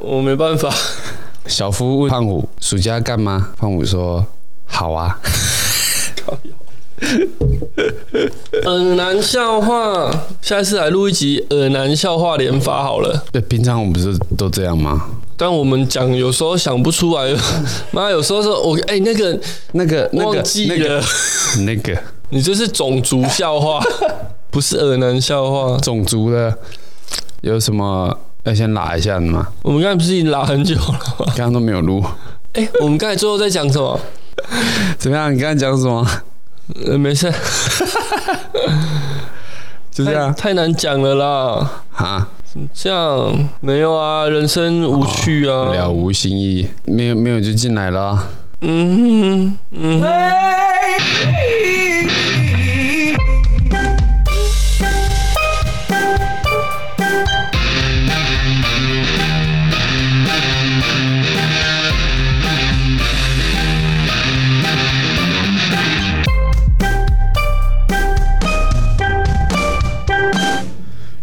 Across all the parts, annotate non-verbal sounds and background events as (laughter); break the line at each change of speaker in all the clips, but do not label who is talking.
我没办法， (laughs)
小夫问胖虎：“暑假干嘛？”胖虎说：“好啊。 (laughs)
靠腰 (laughs) 耳难笑话，下次来录一集耳难笑话连发好了。”
对，平常我们不是都这样吗？
但我们讲有时候想不出来， (laughs) 妈，有时候说我哎、那个
那个、那
忘
个、
记
那个、
了，
那个
你这是种族笑
(laughs)
话，不是耳难笑话。
种族的有什么要先拉一下的吗？
我们刚才不是已经拉很久了
(laughs)
吗？
刚刚都没有录，
哎、我们刚才最后在讲什么？
怎么样？你刚刚讲什么？
(laughs) 呃，没事，
就
太
这样
太难讲了啦。
啊，
这样没有啊，人生无趣啊。
了无新意，没有没有就进来了啊。
嗯哼嗯哼，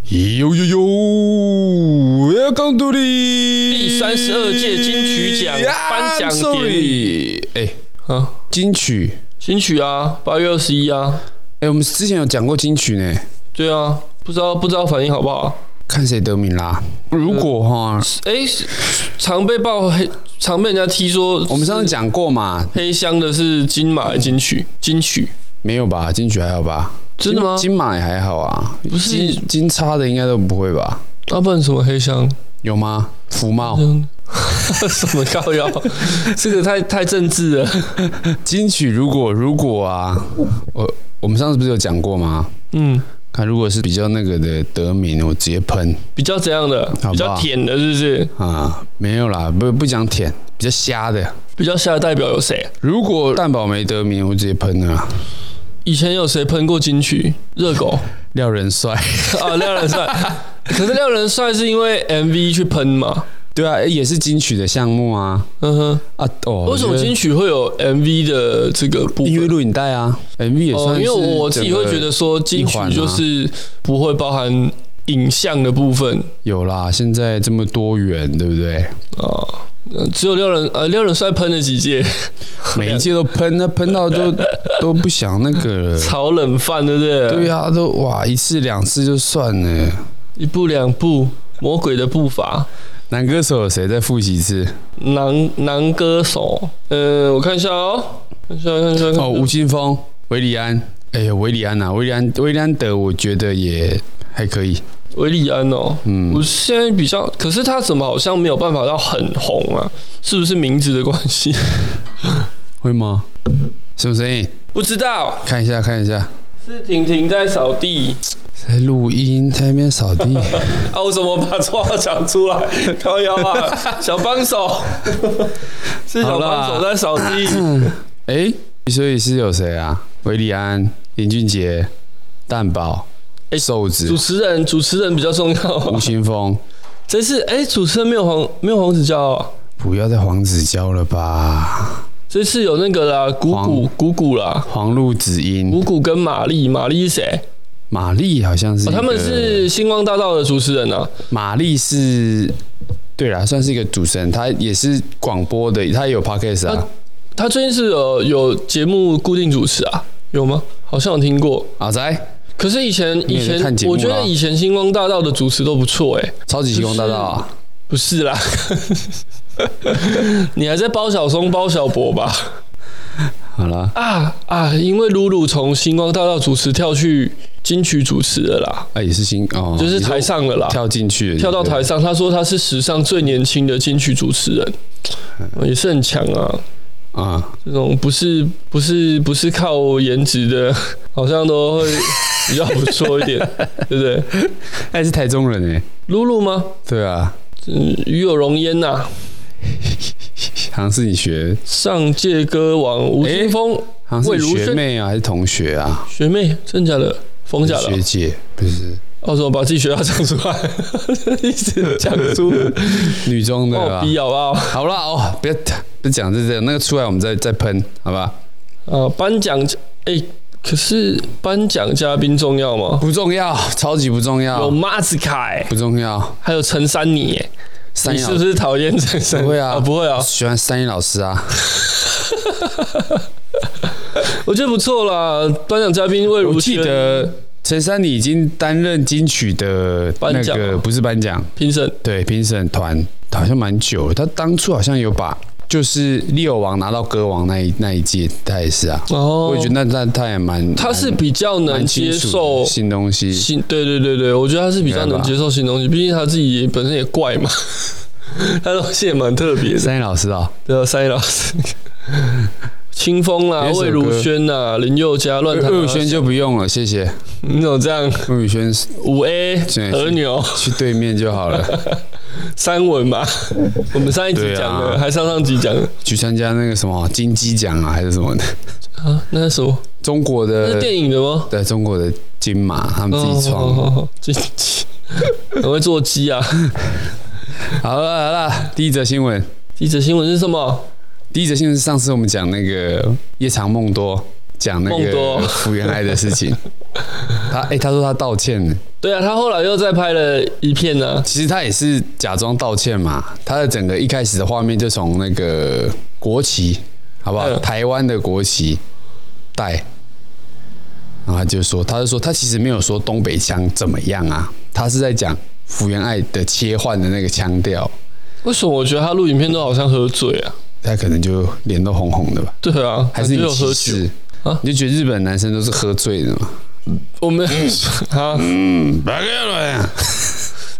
呦呦呦，Welcome to the 第
32届金曲奖颁奖典
礼。哎，
啊，
金曲，
新曲啊，八月二十一啊，
哎，我们之前有讲过金曲呢，
对啊，不知道不知道反应好不啊好？
看谁得名啦。呃如果哈，
哎、常被爆黑，常被人家踢说
我们上次讲过嘛，
黑箱的是金马金曲，金曲
没有吧？金曲还好吧？
真的吗？
金马也还好啊，
不是
金金叉的应该都不会吧？
啊，不然什么黑箱？ (laughs)
有吗？福茂
嗯什么高腰？ (laughs) 这个太太政治了。
金曲如果如果啊，我我们上次不是有讲过吗？
嗯，
看如果是比较那个的得名，我直接喷
比较怎样的？
好吧
比较舔的，是不是？
啊，没有啦，不不讲舔，比较瞎的。
比较瞎的代表有谁？
如果蛋宝没得名，我直接喷了啊。
以前有谁喷过金曲？热狗 (laughs)
廖仁帅， (laughs)
啊，廖仁帅。可是廖仁帅是因为 MV 去喷嘛？
对啊，也是金曲的项目啊
嗯哼，
啊哦，
为什么
我觉得
金曲会有 MV 的这个部分？
音乐录影带啊，MV 也
哦，
算
因
是整
为
个、
我自己会觉得说金曲
啊
就是不会包含影像的部分
有啦，现在这么多元，对不 (laughs) 对？
啊。呃只有六人呃六人帅喷了几届，
每一届都喷，那喷到 (laughs) 都都不想那个 (laughs) 了。
炒冷饭对不对？
对啊，都哇一次两次就算了。
一步两步，魔鬼的步伐，
男歌手有谁再复习一次？
男男歌手，嗯、我看一下哦，看一下看一下看一下
(laughs) 哦，吴青峰、韦礼安。哎呀，韦礼安呐、啊，韦礼安，韦礼安德，我觉得也还可以。
维利安哦，
嗯，
我现在比较，可是他怎么好像没有办法到很红啊？是不是名字的关系？
会吗？什么声音？
不知道，
看一下，看一下。
是婷婷在扫地
在录音，在那边扫地。 (laughs)
啊？我怎么把绰号讲出来？ (laughs) 高腰
(laughs)
啊，小帮手，是小帮手在扫地。
(clears throat) 哎，所以是有谁啊？韦礼安、林俊杰、蛋宝、
哎
瘦子
主、持人，主持人比较重要
(laughs) 吴。青峰。
这次哎、主持人没有黄，没有黄子佼、哦。
不要再黄子佼了吧？
这次有那个啦，谷谷谷谷啦，
黄路子英、
谷谷跟玛丽，玛丽是谁？
玛丽好像是、
哦，他们是星光大道的主持人啊。
玛丽是，对啦，算是一个主持人，他也是广播的，他也有 podcast 啊。
他最近是有有节目固定主持啊？有吗？好像有听过。
阿仔，
可是以前以
你也在
前
看节，目
我
啦
觉得以前星光大道的主持都不错哎、
超级星光大道啊，
不是啦， (laughs) 你还在包小松、包小博吧？
好啦，
啊啊！因为露露从星光大道主持跳去金曲主持了啦，
啊也是星哦，
就是
你说
台上了啦。
跳进去的，
跳到台上，他说他是史上最年轻的金曲主持人，也是很强啊。
啊、
这种不是不是不是靠颜值的，好像都会比较不错一 (laughs) 点，对不对？
嗯，他也是台中人哎、
露露吗？
对啊，
嗯，与有容焉呐、
好像是你学，
上届歌王吴青峰、
好像
魏
是
如
你学
萱
妹啊，还是同学啊？
学妹，真假的？疯假的
学？姐不是
哦，怎么把自己学校讲出来？ (laughs) 一直讲
(laughs)
出，
女中的
帮我
啊。
逼好不好？
好啦，哦，不要不讲这这那个出来，我们再再喷，好吧？
啊，颁奖，哎、可是颁奖嘉宾重要吗？
不重要，超级不重要
有，马子凯，
不重要。
还有陈珊妮耶，
三
你
一
是
老
不
师
是讨厌这生？
不会啊，
不会啊，
喜欢三一老师啊，
我觉得不错啦。颁奖嘉宾魏如
我记
萱
得陈珊妮已经担任金曲的那
颁奖
个
啊
不是颁奖，
评审
对评审团好像蛮久的，他当初好像有把就是利偶王拿到歌王那一那一届，他也是啊，
哦
我也觉得那那他也蛮
他是
蛮
比较能
蛮
接
清楚的
受
新东西，
新，对对对对，我觉得他是比较
应该吧
能接受新东西，毕竟他自己也本身也怪嘛， (laughs) 他东西也蛮特别的。
三一老师啊、
对啊，三一老师， (laughs) 清风啦、
有一首
魏如萱啦、林宥嘉、
魏
乱弹、啊
魏如萱就不用了，谢谢
你怎么这样？
魏如萱
五 A
对
和牛
去对面就好了，
三文
(laughs)
嘛，我们上一集
对啊
讲的，还上上集讲的
去参加那个什么金鸡奖啊还是什么的，
啊，那是什么？
中国
那是
的
电影的吗？
对中国的金马他呃们自己创。
哦好好好这鸡， (laughs) 我会做鸡啊！
好了好了，第一则新闻，
第一则新闻是什么？
第一则新闻是上次我们讲那个夜长梦多，讲那
梦多
个福原爱的
(laughs)
事情。他哎、他说他道歉了，
对啊，他后来又再拍了一片啊呢、
其实他也是假装道歉嘛。他的整个一开始的画面就从那个国旗，好不好？
嗯
台湾的国旗带，然后他就说，他就说他其实没有说东北腔怎么样啊，他是在讲福原爱的切换的那个腔调，
为什么我觉得他录影片都好像喝醉啊？
他可能就脸都红红的吧。
对啊，
还
感
是你
觉有喝
歧
酒？
视
啊
你就觉得日本男生都是喝醉的嘛？
我
(laughs)
们啊，
嗯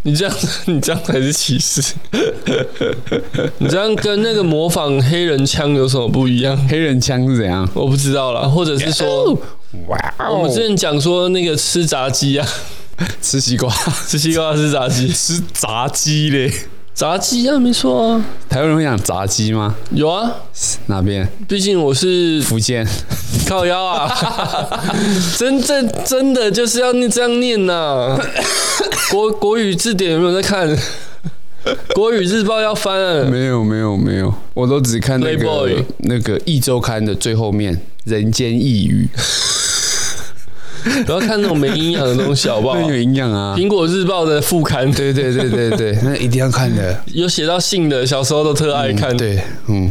你这样，你这样才是歧视。 (laughs) 你这样跟那个模仿黑人腔有什么不一样？
黑人腔是怎样？
我不知道啦，或者是
哦
说，
哇
我们之前讲说那个吃炸鸡啊， (laughs)
吃西瓜， (laughs)
吃西瓜吃炸鸡，
吃炸鸡嘞。
炸鸡啊，没错啊，
台湾人会讲炸鸡吗？
有啊，
哪边？
毕竟我是
福建。
靠腰啊，真正真的就是要念这样念呐、国国语字典有没有在看？国语日报要翻啊，
(laughs) 没有没有没有，我都只看那个
Playboy
那个《一周刊》的最后面，人间一语，
不要看那种没营养的东西，好不好
很？有营养啊。
苹果日报的副刊 (laughs)
对对对对对，那一定要看的。
有写到性的，小时候都特爱看。
嗯，对，嗯，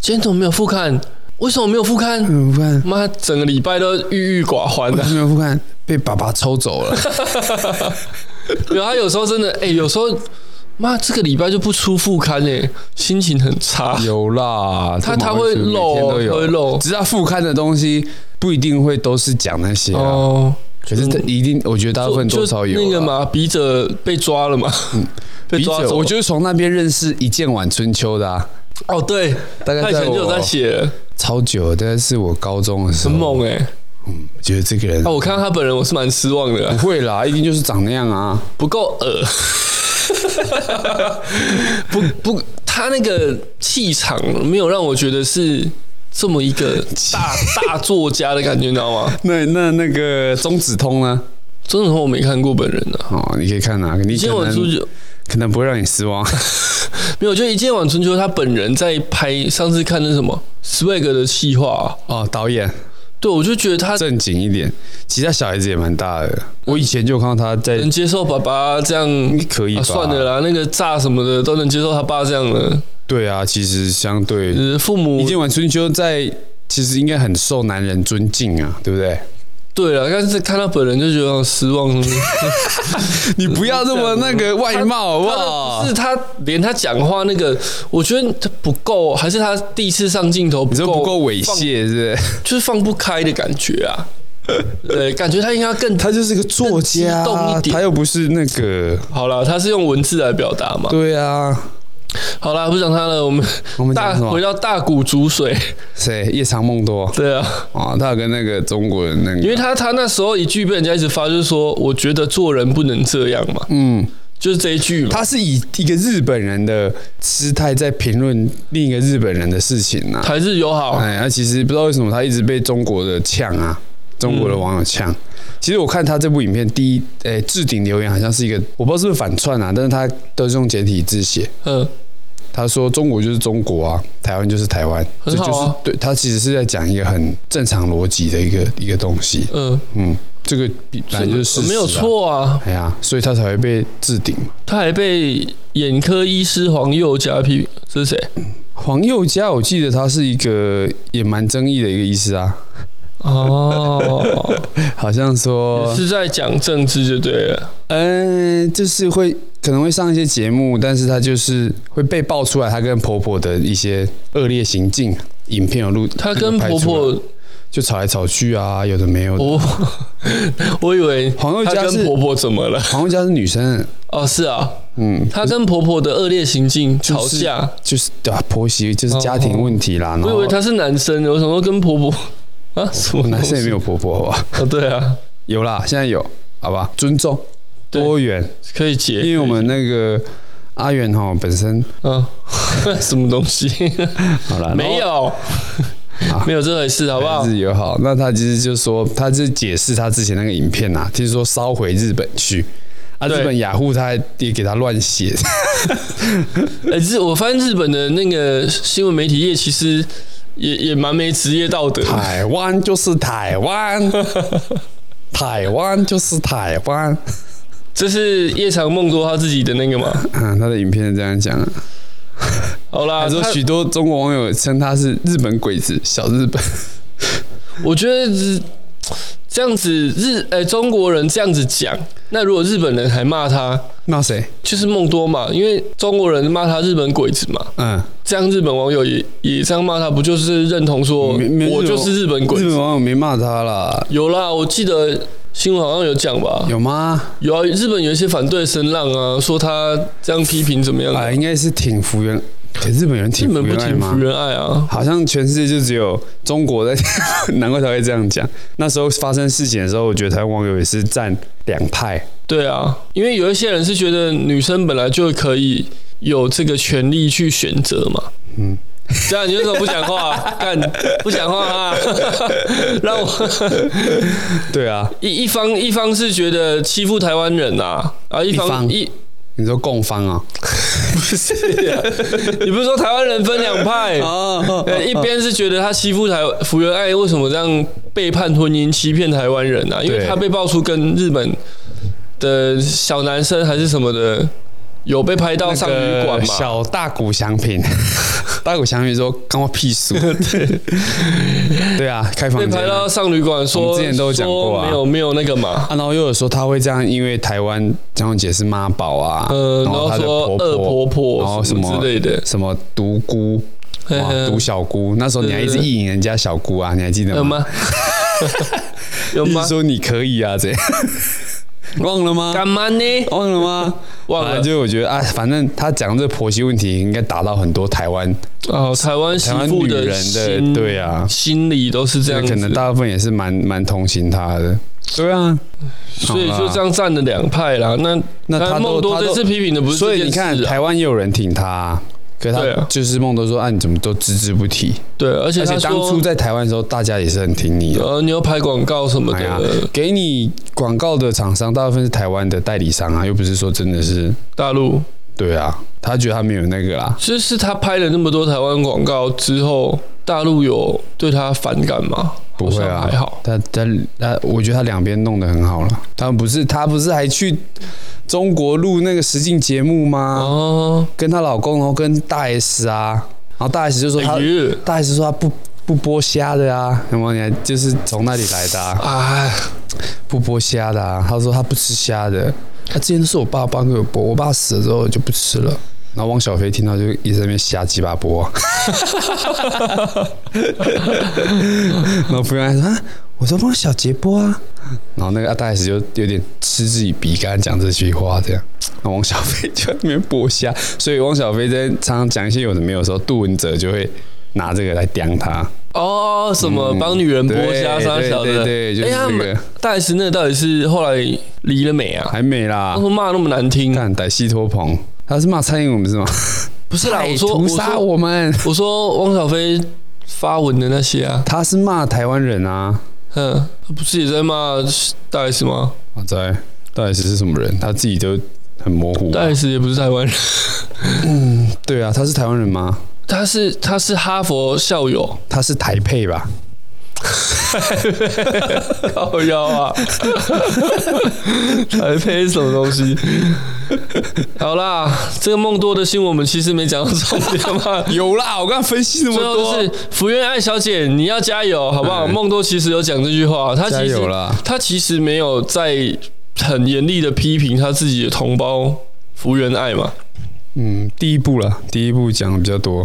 今天怎么没有副刊？为什么没有副刊？
嗯不看，
妈，整个礼拜都郁郁寡欢啊 (laughs) 的、
没有不看，被爸爸抽
(laughs)
走了。
有他有时候真的，哎、有时候妈这个礼拜就不出副刊哎、心情很差。
有啦，
他
这
他
毛
会
主席每
漏
天
哦
都有
他会漏
只是他副刊的东西不一定会都是讲那些、啊，
哦，
可是他一定，我觉得大部分
就
多少有、啊、嗯
那个，嘛，笔者被抓了嘛， (laughs) 被
笔
抓
者，
走。
我就是从那边认识一见晚春秋的、啊，
哦，对，
大概
他以
在
前就有
我
在写了，
超久，大概是我高中的时
很
候，
猛哎、
我觉得这个人
啊，我看到他本人，我是蛮失望的啊、
哦不会啦，一定就是长那样啊，
不够恶。不不，他那个气场没有让我觉得是这么一个大大作家的感觉，你知道吗？
那那那个中子通呢？
真的，我没看过本人啊。
哦，你可以看啊，你
一
可
见晚春
能
秋
可能不会让你失望。
没有，就一见晚春秋，他本人在拍上次看那什么 Swag 的气话啊、
(laughs) 哦，导演
对我就觉得他
正经一点，其实他小孩子也蛮大的，我以前就看到他在
能，接受爸爸这样，
可以吧、
啊、算了啦，那个炸什么的都能接受他爸这样的，
对啊，其实相对
呃，父
一
母
见晚春秋在其实应该很受男人尊敬啊，对不对？
对了，但是看他本人就觉得好失望。
你不要这么那个外貌好不
哇，
好？
是他连他讲话那个，我觉得他不够，还是他第一次上镜头
你
不
说
够
不够猥
放
亵是不是？
就是放不开的感觉啊。
(laughs)
对，感觉他应该更
他就是个作
家
家，他又不是那个，
好了，他是用文字来表达嘛。
对啊。
好啦，不讲他了，我们
我们
大
讲什
回
么？
到大谷煮水。
谁？夜长梦多
对
(laughs)
啊，
啊，他有跟那个中国人那
因
个，
为他他那时候一句被人家一直发，就是说我觉得做人不能这样嘛，
嗯，
就是这一句嘛。
他是以一个日本人的姿态在评论另一个日本人的事情啊。
台日友好，
哎，他其实不知道为什么他一直被中国的呛啊，中国的网友呛。其实我看他这部影片，第一，哎、置顶留言好像是一个，我不知道是不是反串啊，但是他都是用简体字写。
嗯，
他说中国就是中国啊，台湾就是台湾，
很好啊
这就是对他其实是在讲一个很正常逻辑的一个一个东西。
嗯，
嗯，这个比本来就是事实、
没有。错啊，
哎呀，所以他才会被置顶。
他还被眼科医师黄宥嘉批，这是谁？
黄宥嘉，我记得他是一个也蛮争议的一个医师啊，
哦，
好像说
也， (laughs) 是在讲政治就对了。
嗯、就是会可能会上一些节目，但是他就是会被爆出来他跟婆婆的一些恶劣行径，影片有录，
她
那
跟
个拍
婆
出来
婆，
就吵来吵去啊，有的没有的。
我我 (laughs) 以为
黄宥
她
嘉
哦跟
是
婆婆怎么了？
黄宥嘉是女生，
哦，是啊，
嗯，
她跟婆婆的恶劣行径
就
吵
是
架，
就是对啊，婆媳就是家庭问题啦。然
哦我以
后
为她是男生，我想说跟婆 (laughs) 婆啊什么
(laughs) 哦男生也没
有
有婆婆，好吧？
哦，对啊，
有啦，现在有，好吧？尊重
对
多元，
可以结，
因为我们那个阿元哈本身
嗯， (laughs) 什么东西
啊好了，
(laughs) 没有，
啊
没有这回事，好不好
日？友好，那他其实就说，他是解释他之前那个影片呐、啊，听说烧回日本去。啊，
对
日本雅虎他也给他乱
(laughs)
写，
呃，日我发现日本的那个新闻媒体业其实也也蛮没职业道德的，
台湾就是台湾，台湾就是台湾。
这是夜长梦多他自己的那个嘛。
(laughs) 嗯，他的影片是这样讲啊。
好啦，
他说
他
许多中国网友称他是日本鬼子，小日本。 (laughs)
我觉得日这样子日呃、中国人这样子讲，那如果日本人还骂他，
那谁？
就是梦多嘛，因为中国人骂他日本鬼子嘛，
嗯，
这样日本网友也也这样骂他，不就是认同说
没没
我就是日本鬼
日本
子？
网友没骂他啦，
有啦，我记得新闻好像有讲吧，
有吗？
有啊，日本有一些反对声浪啊，说他这样批评怎么样啊？
啊，应该是挺服原，可日本人
日
挺服
本不
原爱
挺
吗
福？原爱啊？
好像全世界就只有中国在， (laughs) 难怪他会这样讲。那时候发生事情的时候，我觉得台湾网友也是站两派，
对啊，因为有一些人是觉得女生本来就可以有这个权利去选择嘛。嗯
嗯，
这样你为什么不讲话、干不讲话啊？ (laughs) 让我
对啊，
一一方一方是觉得欺负台湾人啊，啊一
一
方
方
一 (laughs)
你说共方啊，
不是、啊，你不是说台湾人分两派？
哦
呃，一边是觉得他欺负台福原哎爱，为什么这样背叛婚姻、欺骗台湾人啊？因为
对
他被爆出跟日本的小男生还是什么的，有被拍到上旅馆嘛？
小大谷祥平， (laughs) 大谷祥平说干我屁
(laughs)
事，对啊，开房
被
间
拍
啊。
到上旅馆
我
说，
们之前都有讲过啊
说没有没有那个嘛，
啊然后又有说他会这样，因为台湾蒋永杰是妈宝啊，
呃，然
然
后
后他的
说
婆
恶婆
然
婆
后
什
什
么
么
之类的，
什么独孤，
嘿
哇，
嘿
独小姑，那时候你还一直
对对对
意淫人家小姑啊，你还记得
有
吗？ (laughs)
吗？有
一
吗
直？ (laughs) 说你可以啊，这样忘了吗？
干嘛呢？
忘了吗？
忘了
啊就我觉得啊，反正他讲这婆媳问题，应该打到很多台湾
哦，台湾媳
台湾
妇
女人的
心，
对啊
心理都是这样子，
可能大部分也是蛮蛮同情他的。对啊，
所以
好啦
就这样站了两派啦。那
那
但
他
梦
都
多
他
这
都
次，批评的不是
所
这
以你
件事啊、
看台湾也有人挺他啊，可是
对啊
他就是梦都说啊，你怎么都只字不提？
对，而且
而
他
且
说
当初在台湾的时候，大家也是很挺你的。
呃，你要拍广告什么
哎呀
的，，
给你广告的厂商大部分是台湾的代理商啊，又不是说真的是
大陆
对啊，他觉得他没有那个啦，
就是他拍了那么多台湾广告之后，大陆有对他反感吗？
不会
好
啊
像还好。
他他他，我觉得他两边弄得很好了。他不是他不是还去中国录那个实境节目吗？
哦，
跟她老公，然后跟大 S 啊，然后大 S 就说他、
哎呀
大 S 说他不不剥虾的啊，那么你还就是从那里来的啊，
哎，
不剥虾的啊。他说他不吃虾的，他之前都是我爸帮给我剥，我爸死了之后我就不吃了。然后汪小菲听到就一直在那边瞎鸡巴剥啊， (laughs) 然后服务员说啊，我说帮小杰剥啊，然后那个大 S 就有点嗤之以鼻，刚才讲这句话这样，然后汪小菲就在那边剥虾，所以汪小菲在常常讲一些有的没有的时候，杜文泽就会拿这个来刁他，
哦，什么
嗯
帮女人剥虾
对
啥小的，
对对对就是
哎呀
这个，
大 S 那到底是后来离了没啊？
还没啦
当，初骂那么难听，
看歹西托鹏，他是骂蔡英文不是吗？
不是啦，
哎
我说我
屠杀
说
我们，
我说汪小菲发文的那些啊，
他是骂台湾人啊，
嗯，他不是也在骂大 S 吗？
啊在到底是什么人？他自己都很模糊、
大 S 也不是台湾人，
对啊，他是台湾人吗？
他是他是哈佛校友，
他是台配吧？
靠腰 (laughs) 啊！台配什么东西？好啦，这个梦多的新闻我们其实没讲到重点
(laughs)
嘛。
有啦，我刚刚分析那么
最后
多，
就是福原爱小姐，你要加油，好不好？梦多其实有讲这句话，她
加
其
油
实
啦！
她其实没有在很严厉的批评她自己的同胞福原爱嘛，
嗯，第一步啦，第一步讲的比较多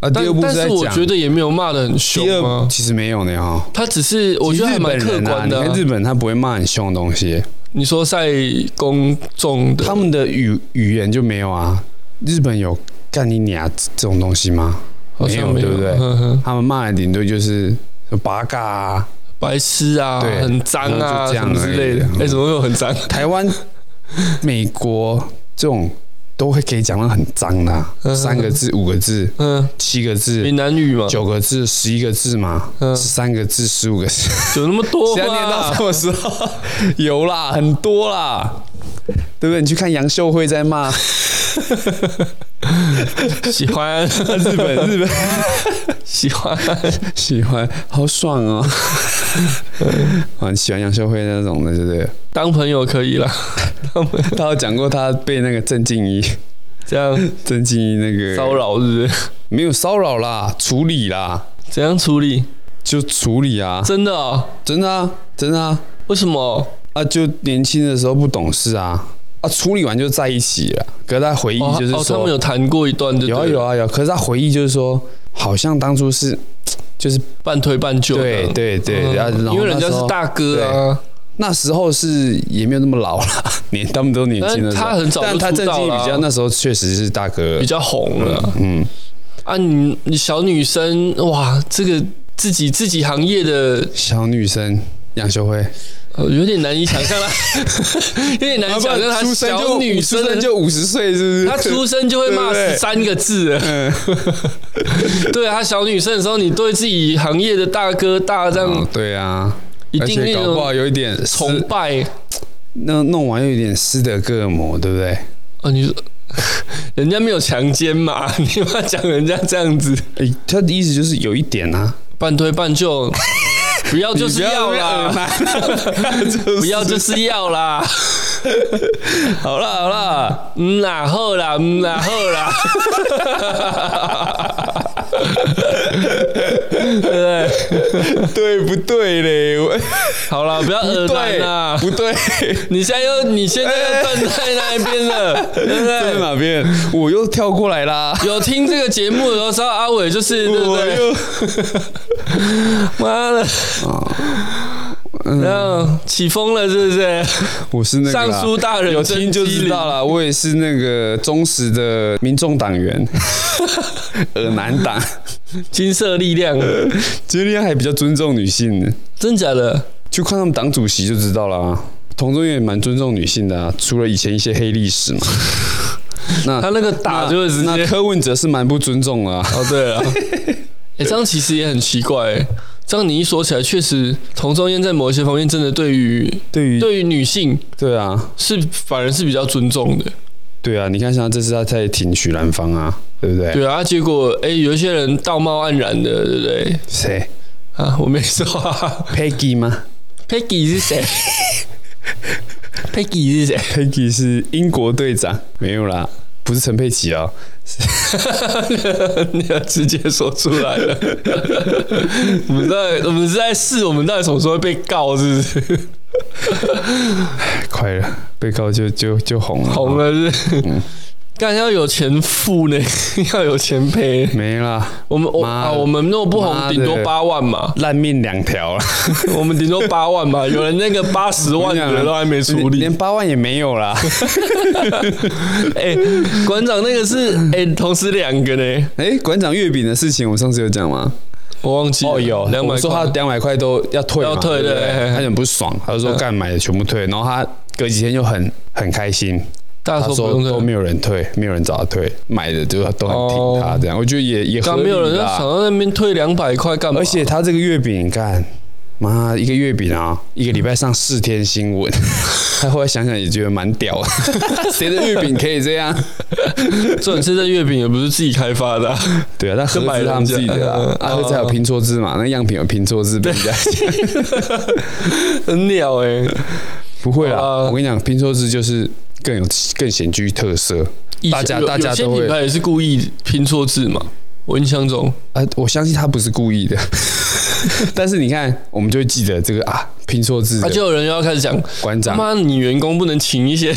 啊，第
但
二步
但
是在
是我
讲
觉得也没有骂的很
第
凶
二
啊。
其实没有呢哈。
她只是我觉得还蛮客观的啊、
其实日本人啊你看日本人他不会骂很凶的东西，
你说在公众的
他们的语语言就没有啊。日本有干你娘这种东西吗？
好像
没有对不对
嗯哼
他们骂的顶多就是八嘎啊。
白痴啊，
对
很脏
然
啊，
后
什
就这样
么之类的
而已。嗯
哎、怎么会有很脏？
台
(laughs)
湾、美国这种都会可以讲到很脏的啊、
嗯
三个字、五个字、
嗯，
七个字
闽、南语嘛，
九个字、十一个字嘛，
嗯
十三个字、十五个字。
有那么多
只要念到
吗？
什么时候？ (laughs) 有啦，很多啦，对不对？你去看杨秀慧
(laughs)
在骂
喜欢，啊
(laughs)
(laughs)
日本，日本
喜欢，啊
喜欢，好爽哦！ (laughs) 啊，你喜欢杨秀慧那种的，对不对？
当朋友可
(laughs)
以啦。
他有讲过他被那个郑敬一、
这样
郑敬一那个
骚，扰是不是？
没有骚扰啦，处理啦，
怎样处理？
就处理啊，
真的、哦？
真的啊，真的啊，
为什么？
啊，就年轻的时候不懂事啊，啊，处理完就在一起了。可是他回忆
哦，
就是
哦，他
说，
们有谈过一段就
有啊
对了
有啊有，可是他回忆就是说，好像当初是就是
半推半就的。
对对
嗯
对，啊然后然后
因为人家
那时
是
候
大哥啊，
那时候是也没有那么老啦，年他们都年轻的时候，
但他很早就
但他
出
郑
道
敬
啦
比较那时候确实是大哥
比，较红了
嗯，
啊。你你小女生哇，这个自己自己行业的
小女生杨秀慧，
呃有点难以想象
(laughs)
啦，有点难以想象她
啊出生
小
就
女生
出
的
生就五十岁，是不是？
他出生就会骂
对不对
十三个字
(laughs)
了，
嗯，
对他小女生的时候，你对自己行业的大哥大这样
哦对啊，
一
而
定
且
那
搞不好
种
有一点斯
崇拜
那弄完又有点斯德哥尔摩，对不对？
啊！你说人家没有强奸嘛？ (laughs) 你妈讲人家这样子
诶，他的意思就是有一点啊，
半推半
(laughs)
就，不要就是要啦，
啊
(laughs)
不
不要就是要啦， (laughs)
好了好了，
嗯啦好啦嗯啦好
(laughs)
啦，对不对？
对不对嘞？我
好啦，不要耳
对
难啦。
不对？
你现在又你现在又站在那一边
(laughs)
了，对不
这是
对？
哪边？我又跳过来啦！
有听这个节目的都知道阿伟就是对不
我
对？
又
妈的，
哦
然后起风了是不是？
我是嗯那个啦
尚书大人
有听就知道了。我也是那个忠实的民众党员，尔南党。
金色力量，
其实人家还比较尊重女性呢，
真假的？
就看他们党主席就知道了啊。同中也蛮尊重女性的啊，除了以前一些黑历史嘛。 (laughs) 那
他那个打就会直
啊那
接
柯文哲是蛮不尊重的啊。
哦，对 (laughs) 了，哎，这样其实也很奇怪欸。这样你一说起来，确实同中间在某一些方面真的对于
对于
对于女性
对啊，
是反而是比较尊重的。
对啊，你看像这次他在挺许兰芳啊，对不对？
对啊，结果哎，有一些人道貌岸然的，对不对？
谁
啊，我没说、啊。
？Peggy 吗
Peggy 是谁？Peggy 是谁？
？Peggy 是英国队长，没有啦，不是陈佩琪哦。
(laughs) 你要直接说出来了。 (laughs) 我们在我们是在试，我们到底什么时候会被告？是不是
快了，被告就就就红了，
红了？是不是？
嗯
但要有钱付呢， (laughs) 要有钱赔。
没啦，
我们我
妈的
啊，我们若不红，
妈的
顶多八万嘛， (laughs)
烂命两 (laughs) 条了，
我们顶多八万嘛。有人那个八十万的都还没处理
啊连。八万也没有 (laughs) 啦。
(laughs) 哎、馆长那个是哎、同时两个呢，
哎，馆长月饼的事情，我们上次有讲吗？
我忘记了哦两
哦我
百
们说他
块。
两百块都要退嘛，
要退
对
对
不
嘿嘿嗯
他很不爽，他就说干买的全部退，然后他隔几天又很很开心，
大家
他
说不
说
用退
都没有人退，没有人找他退，买的就都很挺他
哦
这样，我觉得也也合
刚
理
没有人要啊
啦
想到那边退两百块干嘛？
而且他这个月饼干，妈，一个月饼啊，一个礼拜上四天
(laughs)
新闻，他后来想想也觉得蛮屌的，谁的月饼可以这样？
重点是这月饼也不是自己开发
(laughs)
的啊、
对啊，那盒子是他们自己的啦，
就买人家
啊，盒子还有拼错字嘛，那样品有拼错字，被人家
很鸟哎、
不会啦。
好啦
我跟你讲，拼错字就是更有更显具特色，
以前
大家
有
大家
有些
都会
品牌也是故意拼错字嘛，我印象中
啊，我相信他不是故
(laughs)
意的，但是你看，我们就会记得这个啊，拼错字
啊，
的
就有人又要开始讲，
馆
他
长，
妈你员工不能请
(laughs)
一些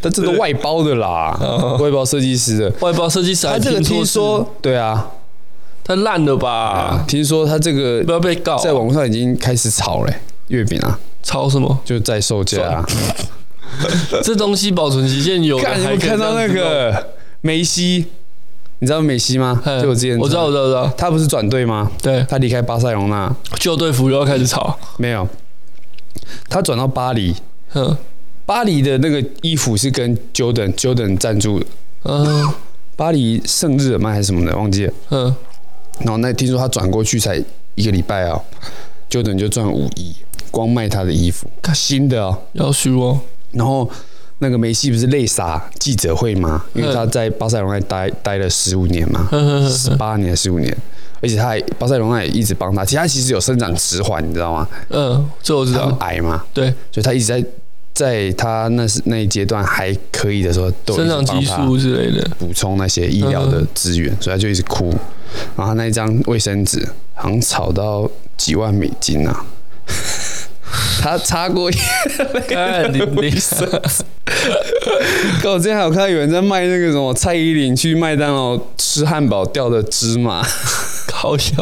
但这都外包的啦，
哦
外包设计师的。
外包设计师
他
来
这个
拼错
听
字，
说，对啊，
太烂了吧？
听说他这个
啊不要被告啊、
在网上已经开始炒嘞、月饼啊，
抄什
(laughs)
么？
就在售价啊。
这东西保存期限有的
看你
还
们
可以
看到那
这样子
个梅西，你知道梅西吗？
弄，
就我之前
我知道，我知道，我知道，
他不是转队吗？
对，
他离开巴塞隆纳
旧队服又要开始炒，
没有，他转到巴黎。
嗯
巴黎的那个衣服是跟 Jordan Jordan 赞助的，
嗯
巴黎圣日耳曼还是什么的，忘记了。
嗯，
然后那听说他转过去才一个礼拜哦，Jordan 就赚五亿，光卖他的衣服，新的哦。
要虚哦，
然后那个梅西不是泪洒记者会吗？因为
嗯
他在巴塞罗那待待了十五年嘛，
呵呵呵
十八年十五年，而且他还巴塞罗那也一直帮他，其实他其实有生长迟缓，你知道吗？
嗯，这我知
他很
道，
矮嘛，
对，
所以他一直在在他那时那一阶段还可以的时候，都有一
生
直
长
帮
激
他
素之类的，
补充那些医疗的资源，所以他就一直哭。
嗯
然后他那一张卫生纸好像炒到几万美
(laughs)
金啊，他擦过一
(laughs) 看
(laughs)
你你 (laughs)
个，我之前还有看到有人在卖那个什么蔡依林去麦当劳吃汉堡掉的芝麻，
搞笑。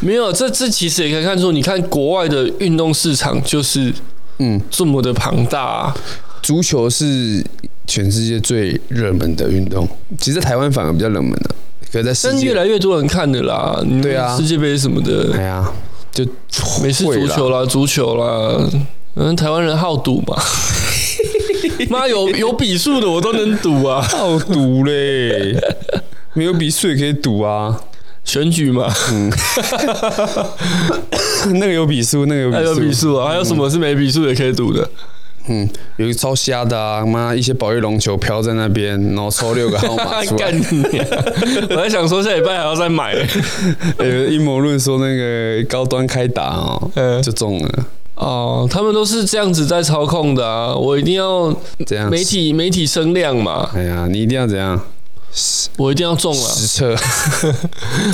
没有，这这其实也可以看出，你看国外的运动市场就是
嗯，
这么的庞大、啊，
足球是全世界最热门的运动，其实台湾反而比较冷门的、可是在世
但越
界，
来越多人看的啦。你
对啊
世界杯什么的，
哎呀，就
美式足球啦，足球啦，嗯，台湾人好赌
(laughs)
嘛。妈有有比数的我都能赌啊，
好赌嘞，没有比税可以赌啊。 (laughs)
选举嘛，
嗯那个有比数，那个有比
还有
数，
比数啊，还有什么是没比数也可以赌的？
嗯，有一个超瞎的啊，妈一些保育龙球飘在那边，然后抽六个号码出
(laughs)
来
干。你、
(laughs)
啊！我在想说下礼拜还要再买、
有阴谋论说那个高端开打哦，
嗯，
就中了，
哦，他们都是这样子在操控的啊！我一定要
这样
媒体媒体声量嘛，
哎呀，你一定要怎样实
我一定要中啊，
实测？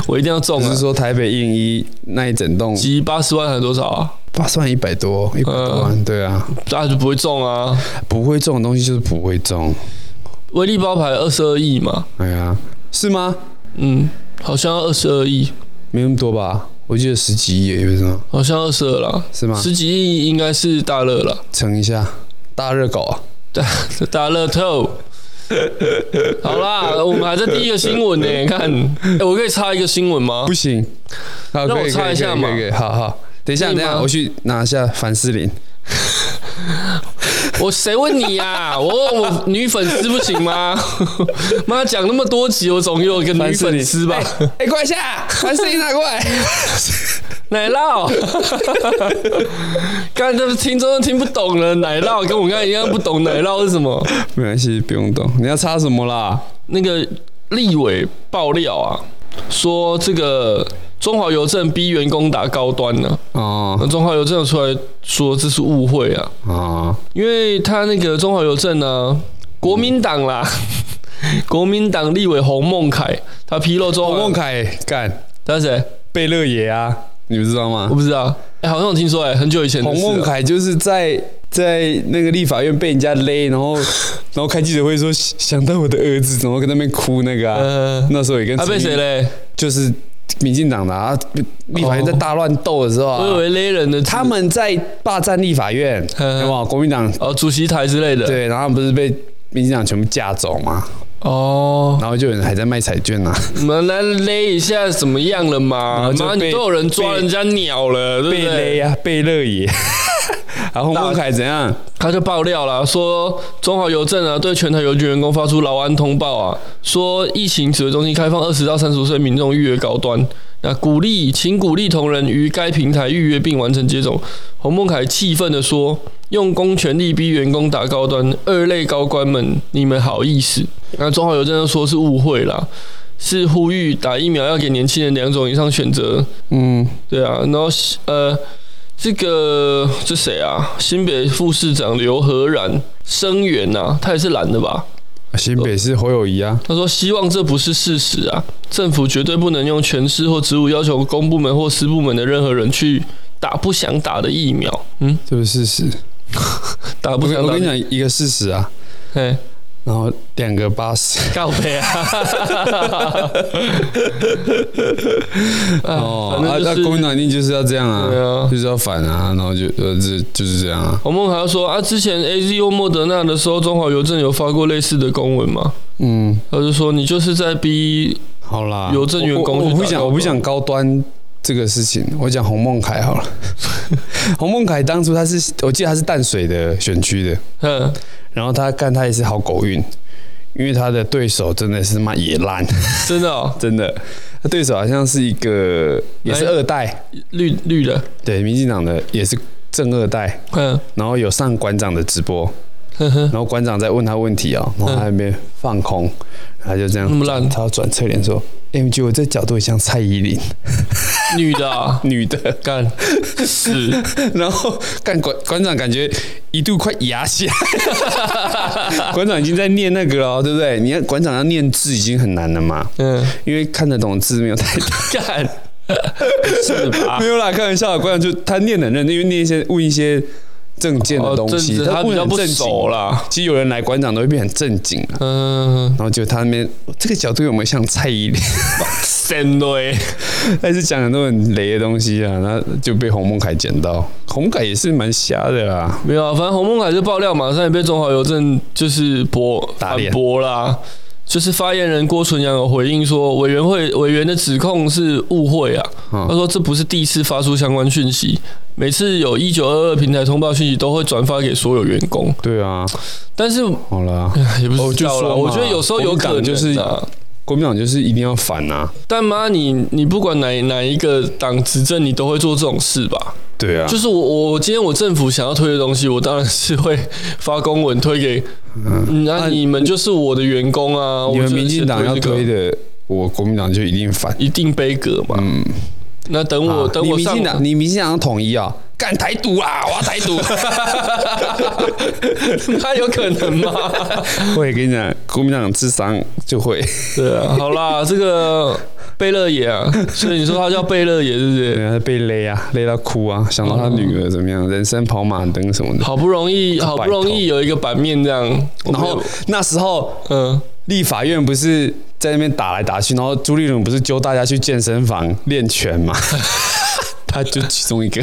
我一定要
不
中啊
是！说台北印一那一整栋
集八十万还多少啊？
八算一百多，一百多
嗯
万，对啊，
大家就不会中啊！
不会中的东西就是不会中，
威力包牌二十二亿嘛，
哎呀，是吗？
嗯，好像二十二亿，
没那么多吧？我记得十几亿耶，为什么？
好像二十二啦，
是吗？
十几亿应该是大乐了，
乘一下，大热狗啊！
(laughs) 大乐透。
(laughs)
好啦，我们还在第一个新闻呢、
(laughs)
看、欸我可以插一个新闻吗
不？行，好，
让
可
我
以
插
可以
一下
可以
嘛
可以可以好好，等一下，
可以
等一
吗
下，我去拿一下凡士林。
我谁问你啊？我问我女粉丝不行
(laughs)
吗？妈讲那么多集，我总有一个女粉丝吧？ (laughs)
哎，快下，凡士林拿过来。
奶酪， (laughs) 刚才这听众都听不懂了，奶酪跟我刚才一样不懂奶酪是什么？
(laughs) 没关系，不用动。你要插什么啦？
那个立委爆料啊，说这个中华邮政逼员工打高端呢、那
哦
中华邮政有出来说这是误会啊，
哦，
因为他那个中华邮政呢、国民党啦，国民党立委洪孟凯，他披露中华
洪孟凯干
他是谁？
贝勒爷啊，你们知道
我
吗？
不知道，哎、好像有听说、哎，很久以前的
洪
事了
孟凯就是在在那个立法院被人家勒，然后 (laughs) 然后开记者会说想到我的儿子，然后跟那边哭那个啊。
呃，
那时候也跟
他、被
陈
谁
玉
嘞？
就是民进党的啊，立法院在大乱斗的时候啊，
我以为勒人的字，
他们在霸占立法院，
哦嗯
有没有？国民党
哦，主席台之类的，，
对，然后不是被民进党全部架走嘛？
哦，
然后就有人还在卖彩券呐、啊，
我们来勒一下怎么样了嘛
后？就
妈，
被啊
你都有人抓人家鸟了，对不
贝
对？
(laughs) 勒呀、贝勒爷，然后洪孟凯怎样？
他就爆料了，说中华邮政啊对全台邮局员工发出劳安通报啊，说疫情指挥中心开放二十到三十岁民众预约高端，那鼓励请鼓励同仁于该平台预约并完成接种。洪孟凯气愤地说：“用公权力逼员工打高端，二类高官们，你们好意思？”那中华邮政就说是误会啦，是呼吁打疫苗要给年轻人两种以上选择，
嗯，
对啊，然后呃，这个这谁啊？新北副市长刘和然声援呐、他也是蓝的吧？
啊新北市侯友谊啊，
他说希望这不是事实啊，政府绝对不能用权势或职务要求公部门或私部门的任何人去打不想打的疫苗，嗯，
这不是事实。
打
我
不
跟
想
我
打
跟你
的，
讲一个事实啊，
哎，
然后两个八
(laughs)
十，
告白啊！ (laughs)
哦，
反
啊，
正就
那
是
国民党一定就是要这样
对
啊，
啊，
就是要反啊，然后就呃，这就是这样啊，
洪孟还说啊，之前 A Z 或莫德纳的时候，中华邮政有发过类似的公文吗？
嗯，
他就说你就是在逼 (laughs)
好啦，
邮政员工
我我我
去
不
打
讲，
高
我不
端
讲高端这个事情，我讲洪孟
(laughs)
凯好了。洪孟凯当初他是，我记得他是淡水的选区的，
嗯，
然后他干他也是好狗运，因为他的对手真的是妈也烂， (laughs)
真的哦，
真的，他对手好像是一个也是
哎
二代，
绿绿的，
对，民进党的也是正二代，
嗯，
然后有上馆长的直播，
呵呵，
然后馆长在问他问题哦，然后他在那边放空，他就这样
嗯那么烂
他要转侧脸说，MG 我这角度很像蔡依林，
女的啊，
女的，
干死，
(laughs) 然后干馆馆长感觉一度快牙起来， (laughs) 馆长已经在念那个了哦，对不对？你看馆长要念字已经很难了嘛，
嗯，
因为看得懂字没有太
(laughs)
多，
干，
(laughs)
哦是吧
没？有啦，开玩笑的，馆长就他念得很认真，因为念一些问一些证件的东西，
哦政治他比
问得
较
很
不
正
熟
经。
啦，
其实有人来馆长都会变很正经啊，
嗯，
然后就他那边这个角度有没有像蔡依林？ (laughs)
真的欸，
但是讲很多很雷的东西啊，那就被洪孟凯捡到。洪凯也是蛮瞎的啊，
没有啊，反正洪孟凯就爆料，马上也被中华邮政就是驳
打
反
脸
驳啦。就是发言人郭纯阳有回应说，委员会委员的指控是误会啊。
嗯
他说这不是第一次发出相关讯息，每次有一九二二平台通报讯息都会转发给所有员工，
对啊，但是好啦，
唉也不
哦
是
就
道啦。
说嘛
我觉得有时候有可能、啊、
国民党国民党就是一定要反啊，
但妈你你不管哪哪一个党执政，你都会做这种事吧？
对啊，
就是我我我今天我政府想要推的东西，我当然是会发公文推给，嗯，那、
啊
你们就是我的员工啊，我
你们
就是
民进党要
这个
推的，我国民党就一定反。
一定杯葛嘛。
嗯，
那等我、
啊
等
你
我
民
上
进
(laughs)
党，你民进党要统一啊，干台独啊，我要台 (laughs) 独。
他有可能吗？
我也跟你讲，国民党智商就会，
对啊，好啦，这个贝勒爷啊，所以你说他叫贝勒爷是不是？
人家被勒啊，勒到哭啊，想到他女儿怎么样，人生跑马灯什么的。
好不容易，好不容易有一个版面这样，
然后那时候
嗯，
立法院不是在那边打来打去，然后朱立伦不是揪大家去健身房练拳 (laughs) 嘛？他就其中一个。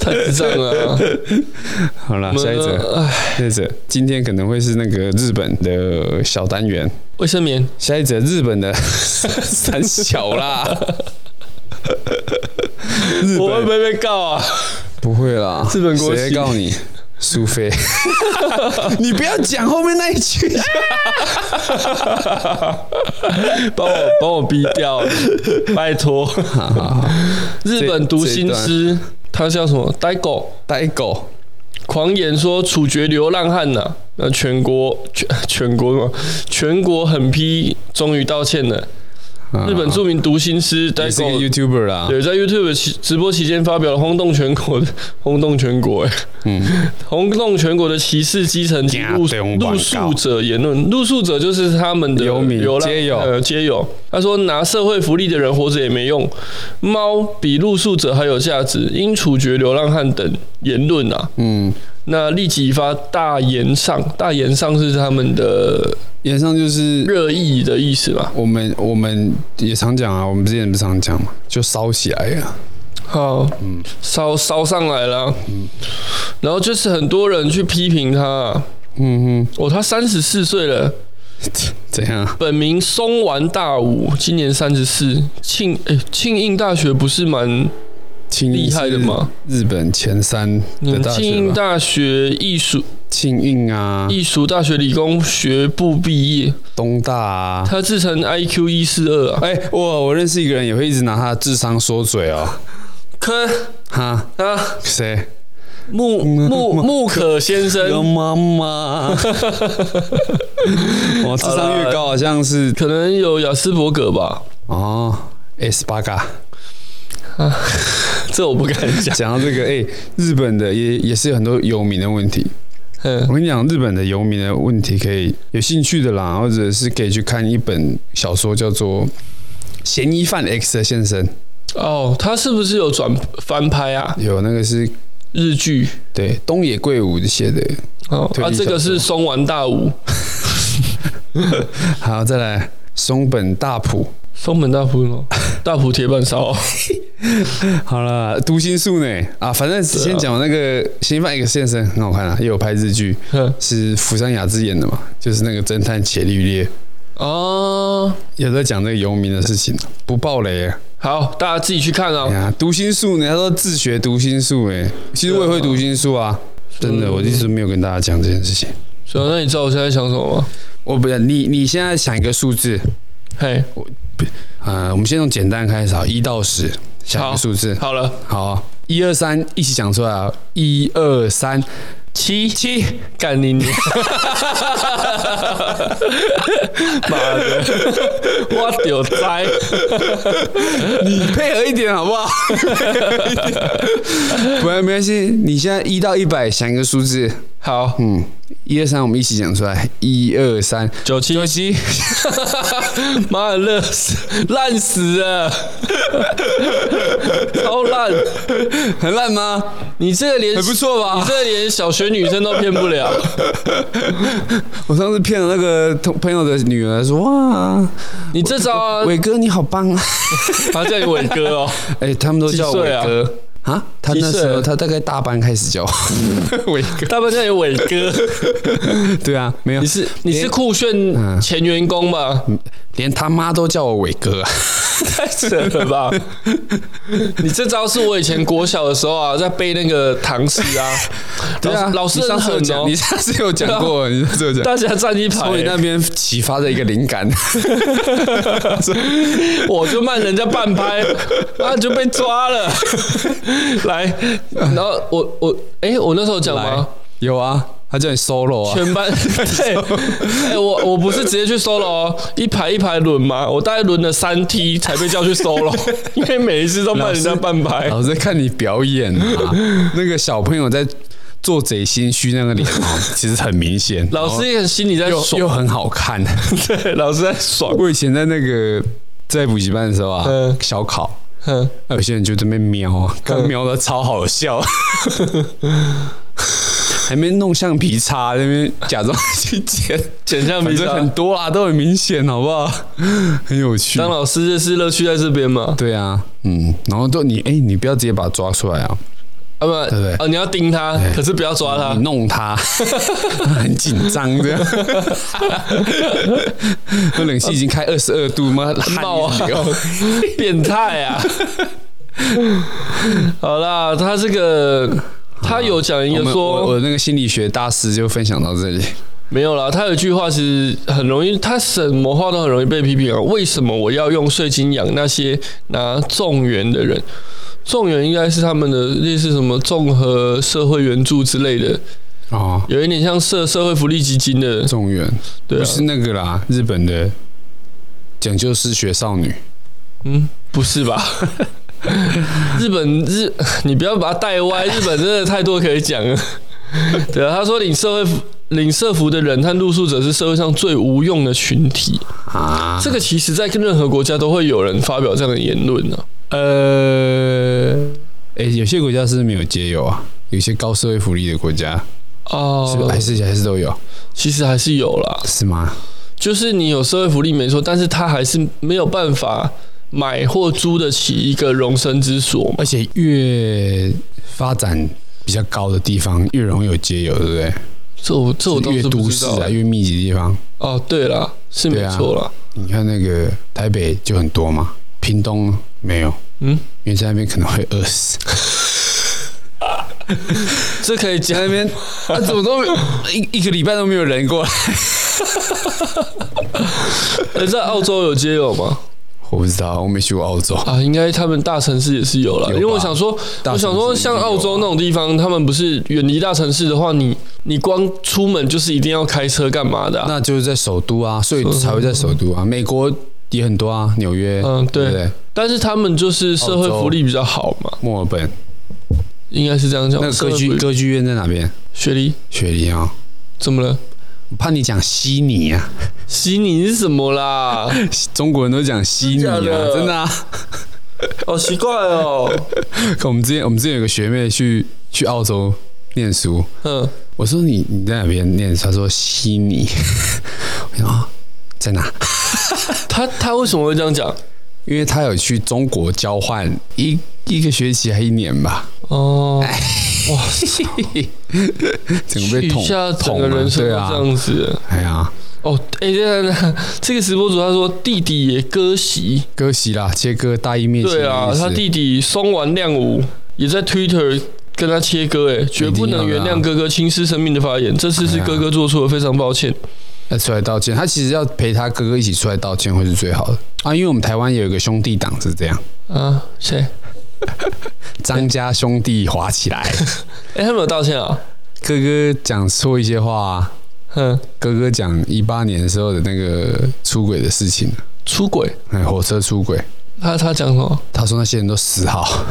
太智障了啊。哎
好了， (laughs) 下一则，
唉
下一则，今天可能会是那个日本的小单元。
卫生棉，
下一则，日本的 (laughs) 三小啦。日
我会
本
不会被告啊？
(laughs) 不会啦，
日本国旗
谁会告你？苏菲， (laughs) 你不要讲后面那一句。
帮我帮我逼掉，拜
(laughs)
托。
好好好
日本读心师，他叫什么？呆狗
呆狗，
狂言说处决流浪汉呐、那全国全全国什么？全国狠批，终于道歉了。日本著名读心师呆
啊也是
狗
个。YouTuber 啦。
对，在 YouTube 期直播期间发表了轰动全国的 (laughs) 轰动全国哎，
嗯，
(laughs) 轰动全国的歧视基层及
假
露
中
露
广告
宿者言论，露宿者就是他们的
游民
流浪
街友
呃街友。他说拿社会福利的人活着也没用，猫比露宿者还有价值，应处决流浪汉等言论啊。
嗯，
那立即发大言上，大言上是他们的
以上就是
热议的意思嘛？
我们我们也常讲啊，我们之前不是常讲嘛，就烧起来啊了。
好，烧烧上来了，然后就是很多人去批评他啊，
嗯哼，
哦，他三十四岁了，
怎样？
本名松丸大武，今年三十四，庆诶庆应大学不是蛮
庆
厉害的吗？
日本前三的
嗯
大
庆
学
应
吧，
大学艺术
庆应啊，
艺术大学理工学部毕业，
东大啊。
他自称 IQ 一四二啊，
(laughs) 哎、哇！我认识一个人也会一直拿他的智商说嘴哦， (laughs)
可
哈，
啊
谁？
木木木可先
个
生，
妈 (laughs) 妈。我智商越高，好像是
可能有雅斯伯格吧，
哦，S 八嘎。
(laughs) 这我不敢讲。
讲到这个，哎、日本的也也是有很多游民的问题。
嗯
我跟你讲，日本的游民的问题，可以有兴趣的啦，或者是可以去看一本小说，叫做《嫌疑犯 X 的现身》，
哦，他是不是有转翻拍啊？
有那个是
日剧
对东野圭吾写的。
哦，
推
啊，
理
这
小
个是松丸大武，
好，再来松本大辅。
松本大辅吗？ (laughs) 大辅铁板烧哦， (laughs)
好了，读心术呢？啊，反正
啊
先讲那个《嫌疑犯 X 现身》很好看啊，也有拍日剧。
哼
是釜山雅治演的嘛，就是那个侦探伽利略，
哦，
有在讲那个游民的事情，不爆雷、啊。
好，大家自己去看
哎
啊。
呀，读心术呢，他说自学读心术，哎，其实我也会读心术啊，
嗯
真的，我一直没有跟大家讲这件事情。
所以，那你知道我现在想什么吗？
我不是你，你现在想一个数字，
嘿，
呃，我们先从简单开始好，一到十，想一
好
个数字，
好了，
好，一二三，一起讲出来啊，一二三，
七七，干你娘！ (laughs) 妈的，我丢灾！
你配合一点好
(laughs)
不好？不然没关系，你现在一到一百想一个数字，
好，
嗯，一二三，我们一起讲出来，一二三，
九七九七， (laughs) 妈的，乐死，烂死了，超烂！
很烂吗？
你这个连
很不错吧
你这个连小学女生都骗不
(laughs)
了。
我上次骗了那个同朋友的女儿说，哇，
你这招啊，
伟哥你好棒啊！ (laughs)
他叫你伟哥哦，
哎、他们都叫
几
伟
岁啊
哥啊。他那
几
时
岁
候
啊
他大概大班开
(laughs)
始叫伟哥，
大部分叫你伟哥。
对啊，没有
你，是你是酷炫前员工
(laughs)
吧？
连他妈都叫我伟哥啊。
太扯了吧！ (laughs) 你这招是我以前国小的时候啊，在背那个唐诗啊。
(laughs) 对啊，
老师
你
老
上
师很
次有
狠
讲，
哦
你，上次有讲过，你上次有
(laughs)
讲。
大家站一排
从你
欸、
那边启发的一个灵感，
我就慢人家半
(laughs)
拍，啊就被抓了。来，然后我我哎、我那时候讲吗？
有啊，他叫你 solo 啊，
全班 (laughs) 对，哎、我我不是直接去 solo，、哦、一排一排轮嘛，我大概轮了三梯才被叫去 solo，因 (laughs) 为每一次都慢人家半拍。
老师在看你表演
(laughs)
啊，那个小朋友在做贼心虚那个脸哦，其实很明显，
老师也心里在
然后又又
爽，
很好看。
(laughs) 对，老师在爽。
(laughs) 我以前在那个在补习班的时候啊，
嗯
小考，
哼
那有些人就在那边瞄啊，看瞄的超好
(laughs)
笑，还没弄橡皮擦在那边假装去捡，
剪橡
反
皮
正
擦
很。多啊，都很明显，好不好？很有趣
当。老师就是乐趣在这边嘛，
对啊，嗯，然后都你哎、你不要直接把它抓出来啊，
啊不，对
不对
啊你要盯他，可是不要抓他
你。弄他， (laughs) 很紧张这 (laughs) 样。那冷气已经开二十二度，妈啊汗
冒
一直
汗
流。，
啊变态
(laughs)
啊！好啦，他这个他有讲一
我
个
们我
说
我那个心理学大师就分享到这里。
没有啦，他有一句话其实很容易，他什么话都很容易被批评啊。为什么我要用税金养那些拿众元的人？众元应该是他们的类似什么综合社会援助之类的，
哦，
有一点像社社会福利基金的，
中原、
对啊，
不是那个啦，日本的讲究失学少女，
嗯，不是
(laughs)
吧？日本日，你不要把它带歪。日本真的太多可以讲了。对啊，他说领社会服领社服的人和露宿者是社会上最无用的群体。
啊，
这个其实，在任何国家都会有人发表这样的言论呢、啊
呃，哎、有些国家是没有街友啊，有些高社会福利的国家是不是
哦
还，是还是都有，
其实还是有啦，
是吗？
就是你有社会福利没错，但是他还是没有办法买或租得起一个容身之所嘛。
而且越发展比较高的地方，越容易有街友，对不对？
这我这我倒是
越
不
都
知
市
道
啊，。越密集的地方，
哦，对啦，是没
对啊
错啦。
你看那个台北就很多嘛，屏东没有，
嗯，
因为在那边可能会饿死。
(laughs) 这可以讲
在那边啊，怎么都没有一一个礼拜都没有人过来，
呃，在澳洲有街友吗？
我不知道，我没去过澳洲。
啊，应该他们大城市也是有了，
有
因
吧
为我想说，
大城市
我想说，像澳洲
一定有啊
那种地方，他们不是远离大城市的话，你你光出门就是一定要开车干嘛的啊、
(laughs) 那就是在首都啊，所以才会在首都啊。美国也很多啊，纽约，
嗯
对
对
不对？
但是他们就是社会福利比较好嘛，
墨尔本
应该是这样讲。
那个歌
社会
剧
福利
歌剧院在哪边？
雪梨
雪梨啊、
怎么了？
我怕你讲悉尼啊， (laughs)
悉尼是什么啦？
中国人都讲悉尼啊，
真的假的
真的啊。 (laughs)
好奇怪哦。
我们之前我们之前有个学妹去去澳洲念书，
(laughs) 嗯，
我说你你在哪边念？她说悉尼。 (laughs) 我想啊，在哪？
他他为什么会这样讲？
因为她有去中国交换一一个学期还一年吧，
哦，
哎整个被
一
捅
下整
捅
个
了
人生
对
都
啊
这，样子。
哎呀，
哦，哎，等一下 (laughs) 等一下这个直播主他说弟弟也割席。
割席啦，切割大义灭亲的
对
意思。
啊，他弟弟松丸亮吾也在 Twitter 跟他切割、欸，绝不能原谅哥
啊
哥轻视生命的发言。这次
哎
是哥哥做错了，非常抱歉。
要出来道歉，他其实要陪他哥哥一起出来道歉会是最好的啊，因为我们台湾也有一个兄弟党是这样，
啊，谁？
张家兄弟滑起 (laughs) 来，
哎、他们有道歉啊？
哥哥讲错一些话、啊，
哼，
哥哥讲一八年的时候的那个出轨的事情，
出轨？
哎，火车出轨，
他他讲什么？
他说那些人都死好，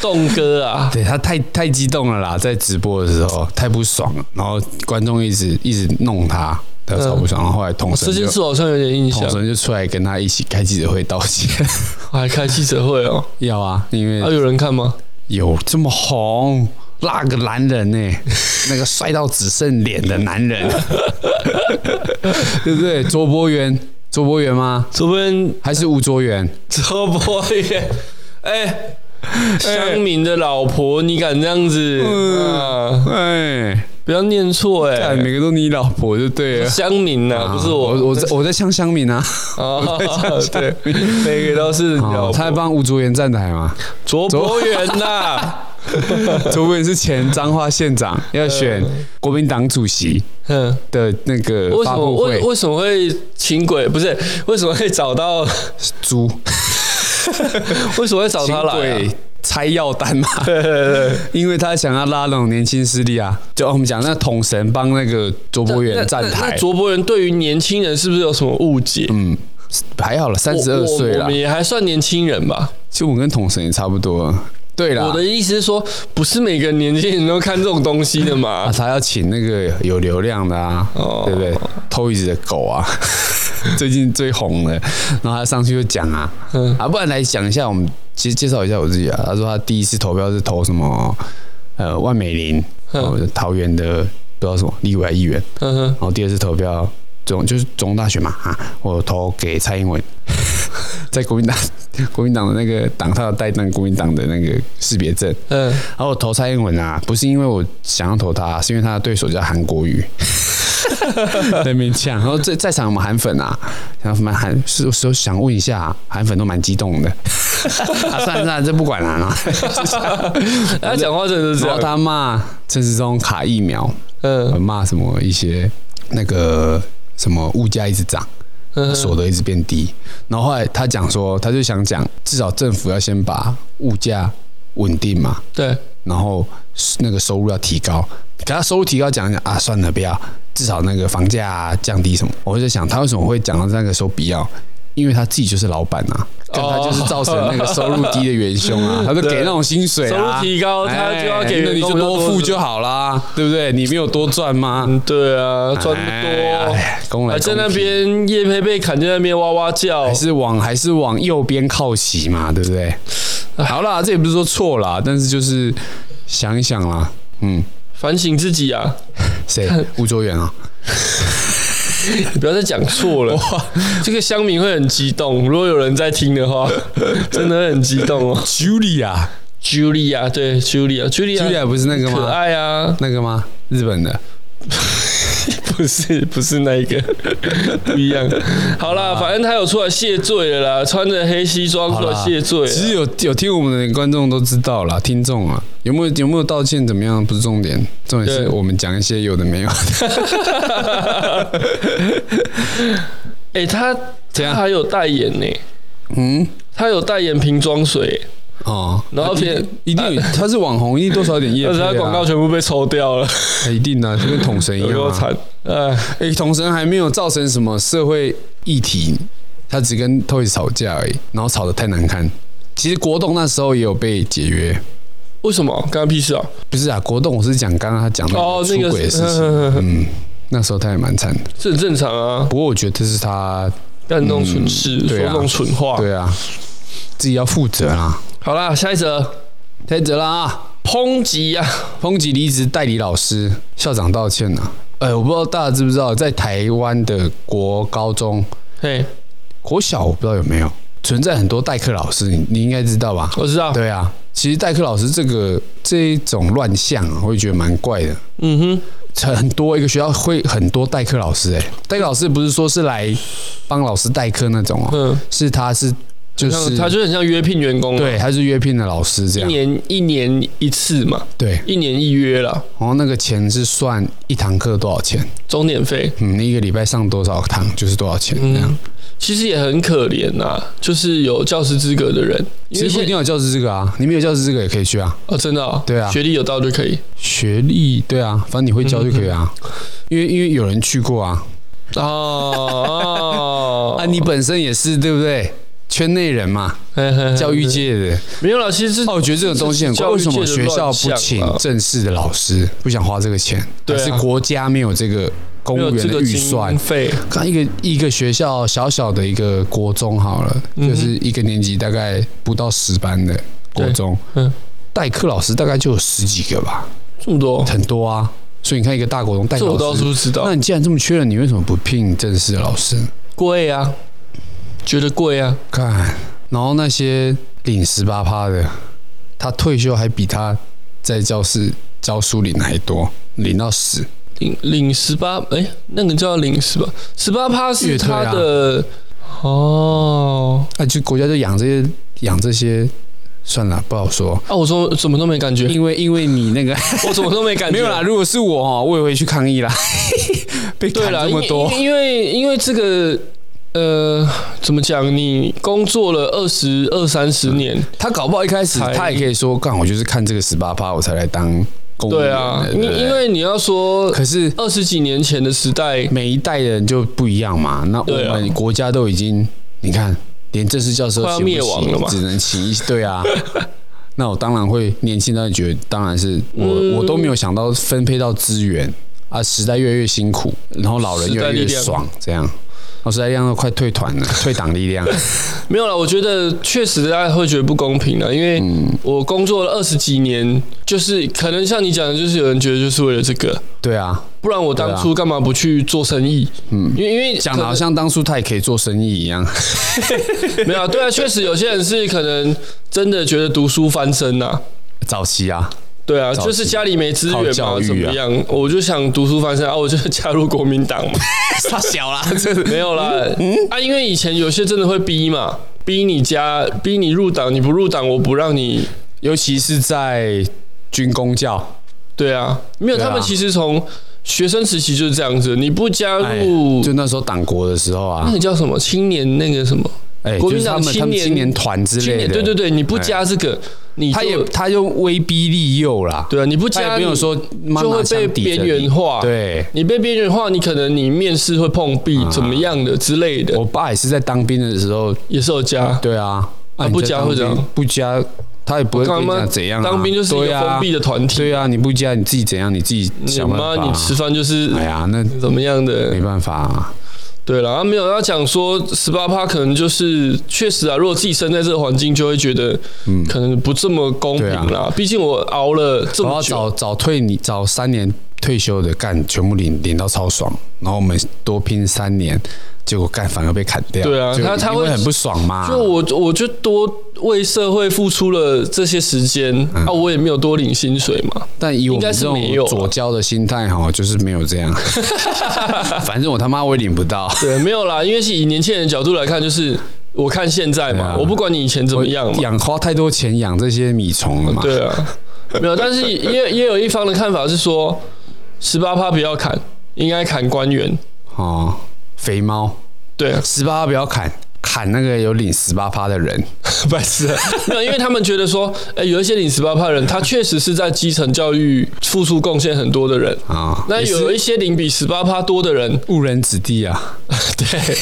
栋哥啊？
(laughs) 对他太太激动了啦，在直播的时候太不爽了，然后观众一直一直弄他，他超不爽，然后后来统
哦这
神
件
就
事好像有点印象
统，神就出来跟他一起开记者会道 (laughs) 歉，
还开记者会哦、
要啊，因为
啊，有人看吗？
有这么红？那个男人呢、 (laughs) 那个帅到只剩脸的男人， (laughs) 对不对？卓博元，卓博元吗？
这边
还是吴卓元？
周播耶， (laughs) 哎、乡民的老婆，你敢这样子？
嗯
啊，
哎，
不要念错哎、
哎，每个都你老婆就对了。
乡民呐、不是我，
啊我我在我在呛香民啊，
啊，
(laughs)
对，每个都是
哦
有
他还帮吴卓元站台
(laughs)
嘛。
卓博远呐，
卓博元是前彰化县长，要选国民党主席
嗯，
的那个
哎为什
发
么
布
为
会，
为什么会请鬼？不是为什么会找到？ (laughs)
猪
为什么会找他来、啊？
请鬼拆药单嘛。
(laughs) 对对对
因为他想要拉拢年轻势力啊，就我们讲那统神帮那个卓博
那
远站
那那
台，
卓博远对于年轻人是不是有什么误解？
嗯，还好了，三
我
十二岁
我我
了
们，也还算年轻人吧。
其实我跟统神也差不多啊。对啦
我，的意思是说，不是每个年轻人都看这种东西的
啊，
嘛。
他要请那个有流量的啊，
哦
对不对？偷椅子的狗啊， (laughs) 最近最红的，然后他上去就讲啊，
嗯
啊，不然来讲一下，我们介介绍一下我自己啊。他说他第一次投票是投什么？呃，万美玲，
嗯
哦桃园的不知道什么立委议员。
嗯哼，
然后第二次投票总就是总统大选嘛啊，我投给蔡英
(laughs)
文，在国民党国民党的那个党，他有带那个国民党的那个识别证。
嗯，
然后我投蔡英文啊，不是因为我想要投他，是因为他的对手叫韩国瑜，在那边呛。然后在在场我们韩粉啊，然后蛮韩是是想问一下，韩粉都蛮激动的。啊，算了算了，这不管了、啊。
他讲话真的是这
然
样。
后他骂陈时中卡疫苗，
嗯
骂什么一些那个什么物价一直涨。
嗯
所得一直变低。然后后来他讲说，他就想讲，至少政府要先把物价稳定嘛，
对，
然后那个收入要提高。可他收入提高讲一讲啊，算了，不要，至少那个房价、降低什么。我就在想，他为什么会讲到那个时候不要？因为他自己就是老板啊，但他就是造成那个收入低的元凶啊，他就给那种薪水
哦收入
啊。
提高，他就要给
哎那
员
你
工
就
比较
多付
的
就好啦，对不对？你没有多赚吗？
嗯，对啊，赚不多，
哎，公来
还在
公
那
去
边叶佩佩砍在那边哇哇叫
还，是往还是往右边靠齐嘛，对不对？好啦，这也不是说错啦，但是就是想一想啦，嗯，
反省自己啊，
谁？吴卓源啊，
你不要再讲错了。这个乡民会很激动，如果有人在听的话，真的会很激动
(laughs)
哦。
，Julia，Julia
Julia，对 Julia，Julia
(laughs) 不是那个
可
吗？
爱啊，
那个吗？日本的，
不是不是那一
(laughs)
个，不一样。好啦，反正他有出来谢罪了啦，穿着黑西装
啊好
出来
啦
谢罪了。
其实有有听我们的观众都知道啦，听众啊，有没有有没有道歉怎么样不是重点，重点是
对
我们讲一些有的没有
(laughs)
的。
(laughs) 哎、他他
怎样
还有代言呢、
嗯，
他有代言瓶装水、
哦，
然后
一定
偏
一定有他是网红，一定多少有点业
但
配
是他
啊
广告全部被抽掉了，
哎一定啊，就跟统神一
有
样
够
啊。
惨。哎，
哎，统神还没有造成什么社会议题，他只跟 Toys 吵架而已，然后吵得太难看。其实国栋那时候也有被解约，
为什么干他屁事啊？
不是啊，国栋我是讲刚刚他讲
哦
的，
那
嗯出
个
轨的事
是
情，
嗯嗯嗯
嗯，那时候他也蛮惨的。
这很正常啊，
不过我觉得这是他
干这种蠢事，说
嗯对啊
这种蠢话。
对啊，自己要负责啊啦，
好啦，下一则
太责啦啊！
抨击啊，
抨击离职代理老师，校长道歉了、啊。哎、我不知道大家知不知道，在台湾的国高中、
嘿，
国小，我不知道有没有存在很多代课老师，你你应该知道吧？
我知道，
对啊，其实代课老师这个这一种乱象、啊，我也觉得蛮怪的。
嗯哼，
很多一个学校会很多代课老师、哎，代课老师不是说是来帮老师代课那种哦，
嗯，
是他是就
像
是
他就很像约聘员工啊，
对，他是约聘的老师这
一
样，
年一年一次嘛，
对，
一年一约啦，
然后那个钱是算一堂课多少钱。
钟点费。
嗯，一个礼拜上多少堂就是多少钱这样
嗯。，其实也很可怜呐、就是有教师资格的人，因
其
为
实不一
现
定有教师资格啊，你没有教师资格也可以去啊。
哦，真的、哦，
对啊
学历有到就可以。
学历对啊，反正你会教就可以啊。
嗯
因为因为有人去过啊，
哦
(laughs)
嗯
啊，你本身也是对不对？圈内人嘛，教育界的。
没有啦，其实是
(laughs) 哦，我觉得这种东西很怪，
教育
为
界
什
的
么学校不
乱
请
象啊
正式的老师，不想花这个钱？
对啊
还是国家没有这个公
没有
务员
这个
的预算
经？嗯费，
看一个一个学校小小的一个国中好了，
嗯哼
就是一个年级大概不到十班的国中
对嗯，
代课老师大概就有十几个吧，
这么多，
很多啊。所以你看一个大国中代
这
课
我倒
老
是
师，
不知道
那。你既然这么缺人，你为什么不聘正式的老师？
贵啊，觉得贵啊，
看，然后那些领十八趴的，他退休还比他在教室教书领还多，领到死。
领领十八，哎，那个叫领十八，十八趴是
乐队
他
啊
的、哦。
那啊就国家就养这些养这些，算了，不好说。
啊，我说怎么都没感觉，
(laughs) 因为因为你那个
我怎么都没感觉。
没有啦，，如果是我哦，我也会去抗议啦。 (laughs) 被
对
砍
啦，
这么多，
因为因为因为这个。呃，怎么讲？你工作了二十二三
嗯
十年，
他搞不好一开始
才
他也可以说，干，我就是看这个十八趴我才来当公务员
对
的。
啊，
对
你
不对
因为你要说
可是
二十几年前的时代，
每一代人就不一样嘛，那我
对啊
们国家都已经，你看，连正式教授
快要
请不
灭亡
起
了嘛
只能请一对啊。 (laughs) 那我当然会年轻，当然觉得当然是我、
嗯
我都没有想到分配到资源啊，时代越来越辛苦，然后老人越来
时代力
越
量
爽，这样，我时代力量都快退团
(laughs)
了，退党力量。
没有了，我觉得确实大家会觉得不公平了，因为
嗯
我工作了二十几年，就是可能像你讲的，就是有人觉得就是为了这个，
对啊，
不然我当
对啊
初干嘛不去做生意？嗯，因为因为
讲的好像当初他也可以做生意一样。
可能没有啊，对啊，确实有些人是可能真的觉得读书翻身呐、
早期啊，
对啊，
早期
就是家里没资源
靠
嘛，
教育啊
怎么样？我就想读书翻身啊，我就加入国民党
(laughs)
嘛，
他小 (laughs) 啦，这是
没有啦，
嗯
啊，因为以前有些真的会逼嘛，逼你加，逼你入党，你不入党，我不让你
尤其是在军工教，
对啊，没有，
对啊
他们其实从学生时期就是这样子，你不加
哎
入，
就那时候党国的时候啊
那，个叫什么青年那个什么
哎、
国
就
民
是他
党
们他
青
们
年
青年团之
青
类
年，
的，哎
对对对，你不加这个，你
他
就
也他用威逼利诱啦，
对啊，你不
他
加
也没有说妈
就
妈
会被
想抵
边
着你
缘化，，
对。
你被边缘化，你可能你面试会碰壁
啊
怎么样的之类的，
我爸也是在当兵的时候，
也是有加。
对啊，
啊
你
不
在
加
当
会怎
兵
样
不加，他也不会跟你讲怎样啊、
当兵就是一
对
个封
啊
闭，的团体，
对啊，你不加你自己怎样，你自己
你
想办法、
妈你吃，饭就是
哎呀，那
怎么样的
没，办法、啊，
对了，啊没有要讲说十八趴，可能就是确实啊，如果自己生在这个环境，就会觉得
嗯
可能不这么公平
对啊
啦。毕竟我熬了这
然
么
后
久，
早早退你早三年退休的干，全部领领到超爽，然后我们多拼三年，结果干反而被砍掉。
对啊
就
他他
因
会
为很不爽嘛。
就我我就多为社会付出了这些时间、
嗯
啊，我也没有多领薪水嘛。
但以我
应
们
该
这
是没有
种
啊
左交的心态哈，就是没
(laughs)
有这样。反正我他妈我也领不到，
对，没有啦，因为是以年轻人的角度来看，就是我看现在嘛，
对啊
我不管你以 (laughs) 前怎么样嘛，
养花太多钱养这些米虫了嘛。
对啊，没有。但是也也有一方的看法是说，十八趴不要砍，应该砍官员。
哦，肥猫
对啊，
十八不要砍，砍那个有领十八趴
(laughs)
的人，白痴。
没有，因为他们觉得说， (laughs) 哎、有一些领十八趴的人，他确实是在基层教育付出贡献很多的人。
啊，
那
也是
有一些领比十八趴多的人，
误人子弟啊，
(laughs) 对，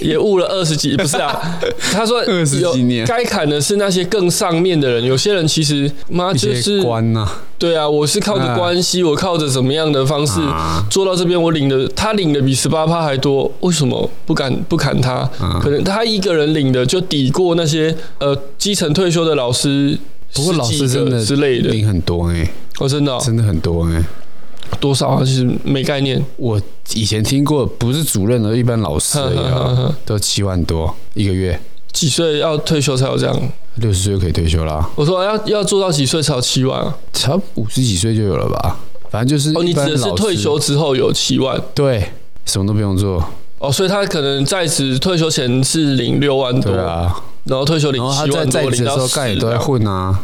也误了二十几，不是
(laughs)
啊？他说
二十几年
有该砍的是那些更上面的人，有些人其实妈
一
就
些
啊是
官呐、啊，
对啊，我是靠着
啊
关系，我靠着怎么样的方式
啊
做到这边，我领的他领的比十八趴还多，为什么不敢不砍他？
啊
可能他一个人领的就抵过那些呃基层退休的老师。
不过老师真的
之类的，
领很多哎、
哦，真的哦、
真的很多哎、
多少啊？其实没概念。
我以前听过，不是主任的，一般老师而已
呵呵呵
啊
呵，
都七万多一个月，
(laughs) 几岁要退休才有这样？
六十岁就可以退休啦，
我说要要做到几岁才有七万啊？
差五十几岁就有了吧？反正就是
哦，你
一
指
般
的是
老师
退休之后有七万
对，什么都不用做，
哦，所以他可能在职退休前是领六万多，
对啊，
然后退休领
然后他
七
在
万
在
多，
职
领
的时
到
候
十
干也都在
啊。
混啊，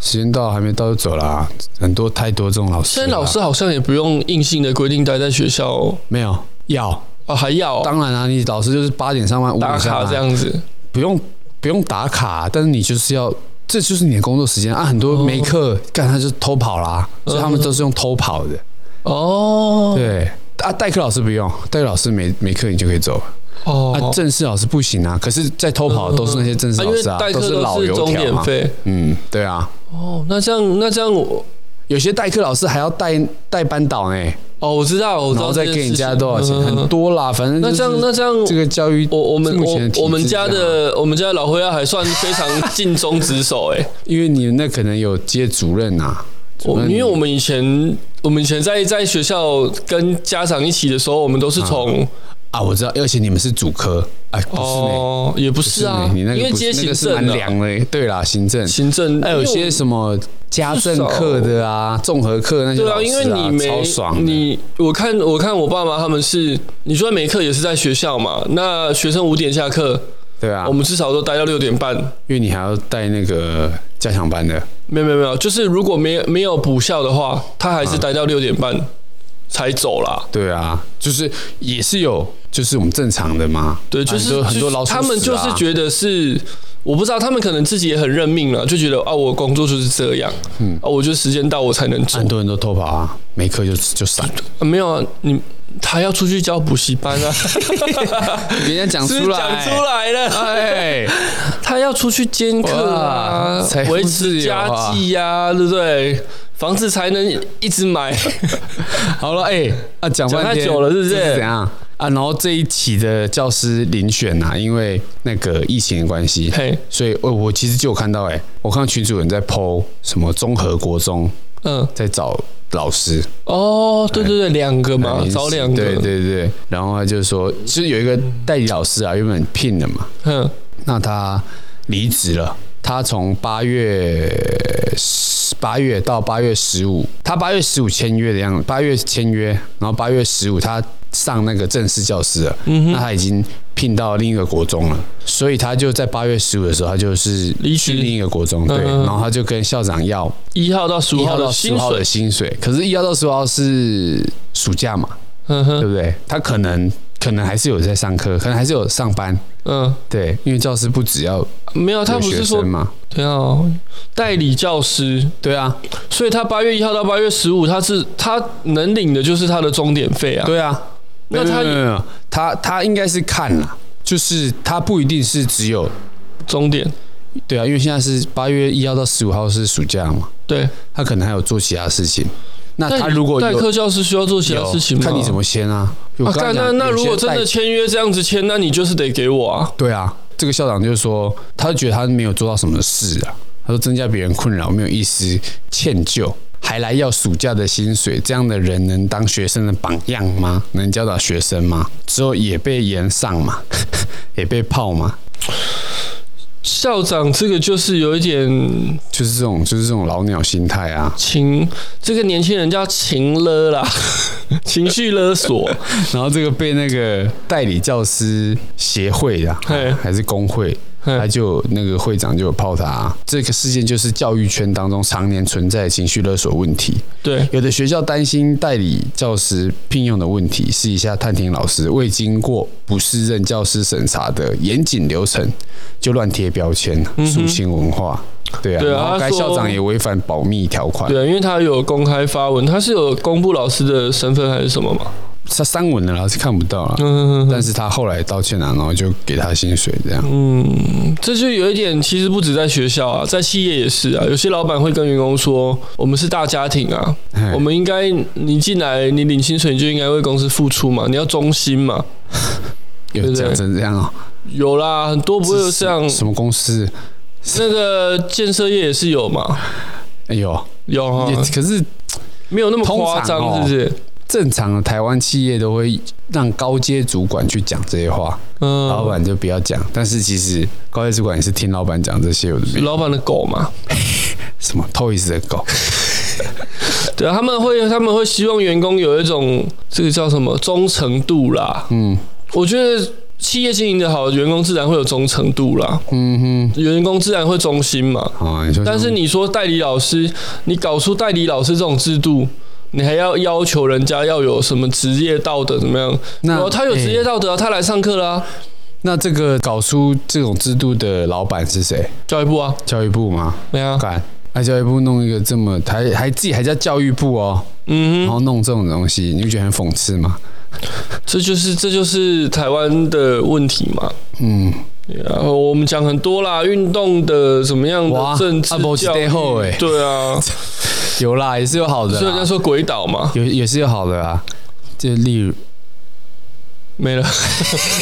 时间到还没到就走啦，很多太多这种老师
现
了，
在老师好像也不用硬性的规定待在学校哦，
没有要。
哦还要哦、
当然啦、你老师就是八点上班，五
打
点上
卡
班，啊
这样子。
不用不用打卡，但是你就是要，这就是你的工作时间啊。很
哦
多没课干，他就偷跑啦，所以他们都是用偷跑的。
嗯哦
对啊，代课老师不用，代课老师没没课你就可以走。
哦，
啊，正式老师不行啊，可是，在偷跑的都是那些正式
啊因
老
为
师啊，
代课
是老
都是
油
钟
条
点
嘛。
费。
嗯，对啊，
哦，那这样那这样我
有些代课老师还要带带班导呢，
哦，我知道，我知
然
道
后再
这件
给人
事
家
情
多少钱，
嗯
很多啦，反正
那这样
就是
那这样
这个教育，
我我们
目前的体
我我们
制是
家
这样啊
的我们家的老灰啊，还算非常尽忠职守哎、
因为你那可能有接主任啊，
我
主任
哦因为我们以前我们以前在在学校跟家长一起的时候，我们都是从、
啊，我知道，而且你们是主科，哎，不是呢，
哦，也不
不
是啊，
呢你那个
因为
不是
接
那
行
个是
政
蛮
的、
凉的，对啦，行政，
行政，
哎还有些什么家政课的啊、综合课那些
因为我对
老
啊，因
师
为你
超
没
爽的，
你我看我看我爸妈他们是，你说每课也是在学校嘛，那学生五点下课，
对啊
我，们至少都待到六点半。
因为你还要带那个加强班的，
没有没有没有，就是如果没没有补校的话，他还是
啊
待到六点半才走啦。
对啊，就是也是有，就是我们正常的嘛，
对，就
很
是
多啊很多老鼠
他们
屎
就
啊
是觉得是，我不知道，他们可能自己也很认命了，就觉得啊，我工作就是这样，嗯，啊，我就时间到我才能走
很。多人都偷跑啊，没课就就闪，
啊没有啊，你他要出去教补习班啊，
人家 (laughs) 讲
是
出
讲
来，
出来了，
哎，
他要出去兼课啊
哇财，富
维
自
持
由
家
啊
计呀、对不对？房子才能一直
(laughs)
买。
好了，哎、啊，讲
讲
半
太
天
久了是不是
这怎样啊？然后这一期的教师遴选呐、啊，因为那个疫情的关系，
嘿，
所以哦，我其实就有看到、哎，我看到群主有人在 PO 什么综合国中
嗯，
在找老师，
哦，对对对，两个嘛，
临时
找两个，
哎对对对，然后他就说，就是有一个代理老师啊，原本聘了嘛，
嗯，
那他离职了。他从八月八月到八月十五，他八月十五签约的样子，八月签约，然后八月十五他上那个正式教师了，那他已经聘到另一个国中了，所以他就在八月十五的时候，他就是
离职
去另一个国中，对，
嗯
然后他就跟校长要
一号到十五
一
号
号
的
到十
薪
号的
水，
薪水，可嗯是，一号到十号是暑假嘛，
嗯
对
哼，
不对？他可能可能还是有在上课，可能还是有上班，
嗯，
对，因为教师不只要
没有，他
有
不
学
是说
生嘛，
对啊，代理教师，
对啊，
所以他八月一号到八月十五，他是他能领的就是他的钟点费啊。
对啊，
那
没有
他
没有没有没有他他应该是看了，就是他不一定是只有
钟点，
对啊，因为现在是八月一号到十五号是暑假嘛，
对。
他可能还有做其他事情。那
但
他如果
代
有
课教师需要做其他
有
事情吗？
看你怎么签啊。
啊？
我刚
干
刚
那
讲
那
有
如
些
果真的
代
签约这样子签，那你就是得给我啊。
对啊，这个校长就说，他觉得他没有做到什么事啊，他说增加别人困扰，没有一丝歉疚。还来要暑假的薪水，这样的人能当学生的榜样吗？能教导学生吗？之后也被延上嘛， (laughs) 也被泡嘛，
校长这个就是有一点
就是这种就是这种老鸟心态
(laughs)
啊。
情，这个年轻人叫情勒啦， (laughs) 情绪勒
(laughs)
索。
然后这个被那个代理教师协会的
嘿
还是工会，
嘿
他就有那个会长就有泡他、啊这个事件就是教育圈当中常年存在的情绪勒索问题。
对，
有的学校担心代理教师聘用的问题，试一下探听老师未经过不适任教师审查的严谨流程，就乱贴标签，肃清文化。对啊，
嗯对啊
然后
他
该
说
校长也违反保密条款，
对，因啊为他有公开发文，他是有公布老师的身份还是什么嘛？
他删文了啦，是看不到了。
嗯
但是他后来道歉了、啊然后就给他薪水这样。
嗯，这就有一点，其实不止在学校啊，在企业也是啊。有些老板会跟员工说：“我们是大家庭啊，
嘿
我们应该你进来，你领薪水你就应该为公司付出嘛，你要忠心嘛。
有
对
讲
对
成这样哦、”
有啦，很多不会有这样，
什么公司？
那个建设业也是有嘛，
哎呦，
有啊
也，可是
没有那么夸
通常
张，
哦
是不是？
正常的台湾企业都会让高阶主管去讲这些话，
嗯，
老板就不要讲。但是其实高阶主管也是听老板讲这些，有的没
老板的狗嘛，
什么 Toys 的狗，
对啊，他们会他们会希望员工有一种这个叫什么忠诚度啦。
嗯
我觉得企业经营的好，员工自然会有忠诚度啦，
嗯
员工自然会忠心嘛。
哼，啊，你说，
但是你说代理老师，你搞出代理老师这种制度，你还要要求人家要有什么职业道德怎么样？
那
哦，他有职业
哎
道德啊，他来上课啦、
那这个搞出这种制度的老板是谁？
教育部啊，
教育部吗？
对啊，
干，那教育部弄一个这么，还还自己还叫教育部哦，
嗯
然
哼，
后弄这种东西，你不觉得很讽刺吗？
这就是这就是台湾的问题嘛。
嗯，
然后我们讲很多啦，运动的怎么样
哇
的政治
啊没一
教
块 (laughs) 好欸
育，对啊，
有啦，也是有好的
所以人家
啦，
说鬼岛嘛，
有也是有好的啊。就例如，
没
(laughs)
了，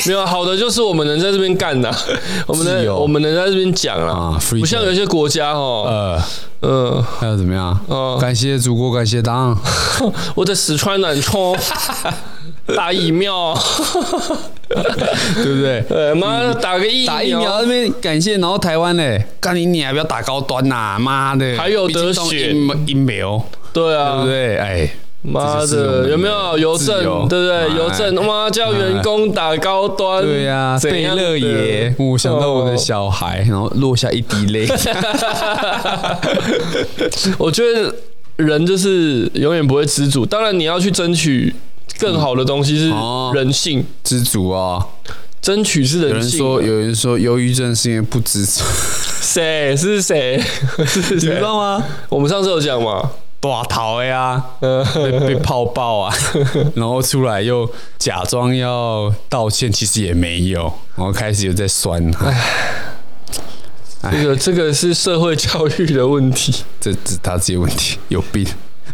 没有好的就是我们能在这边干的，我们
自
能
由
我们能在这边讲啦，
啊，free
不像有
trade
些国家哦，
呃，
嗯
还有怎么样？
哦，
感谢祖国，感谢党。
呃 (laughs) 我在四川南充打疫苗，
(laughs) 对不对？
呃妈打个疫
打疫苗
苗，
那边感谢，然后台湾嘞，干你你还不要打高端呐、妈的！
还有得选
疫苗，
对
对不
啊，
对？哎，
妈
这就是我
的
们
有没有邮政
自由
对不对？
哎
邮政妈叫员工打高端，
对呀、啊，
怎
贝
样的哦
勒爷，我想到我的小孩，然后落下一滴
(laughs)
泪。
我觉得人就是永远不会知足，当然你要去争取更好的东西是
哦
人性，
知足啊！
争取是
有
人
人
性。
说，有人说，忧郁症是因为不知足，
(laughs) 谁是谁？是
(laughs) 你知
谁？
道吗？
我们上次有讲嘛，
寡逃呀，
(laughs) 嗯
啊被被泡爆啊， (laughs) 然后出来又假装要道歉，其实也没有，然后开始又在酸他。
哎这
哎
个这个是社会教育的问题。 (laughs)
这这是他自己的问题，有病。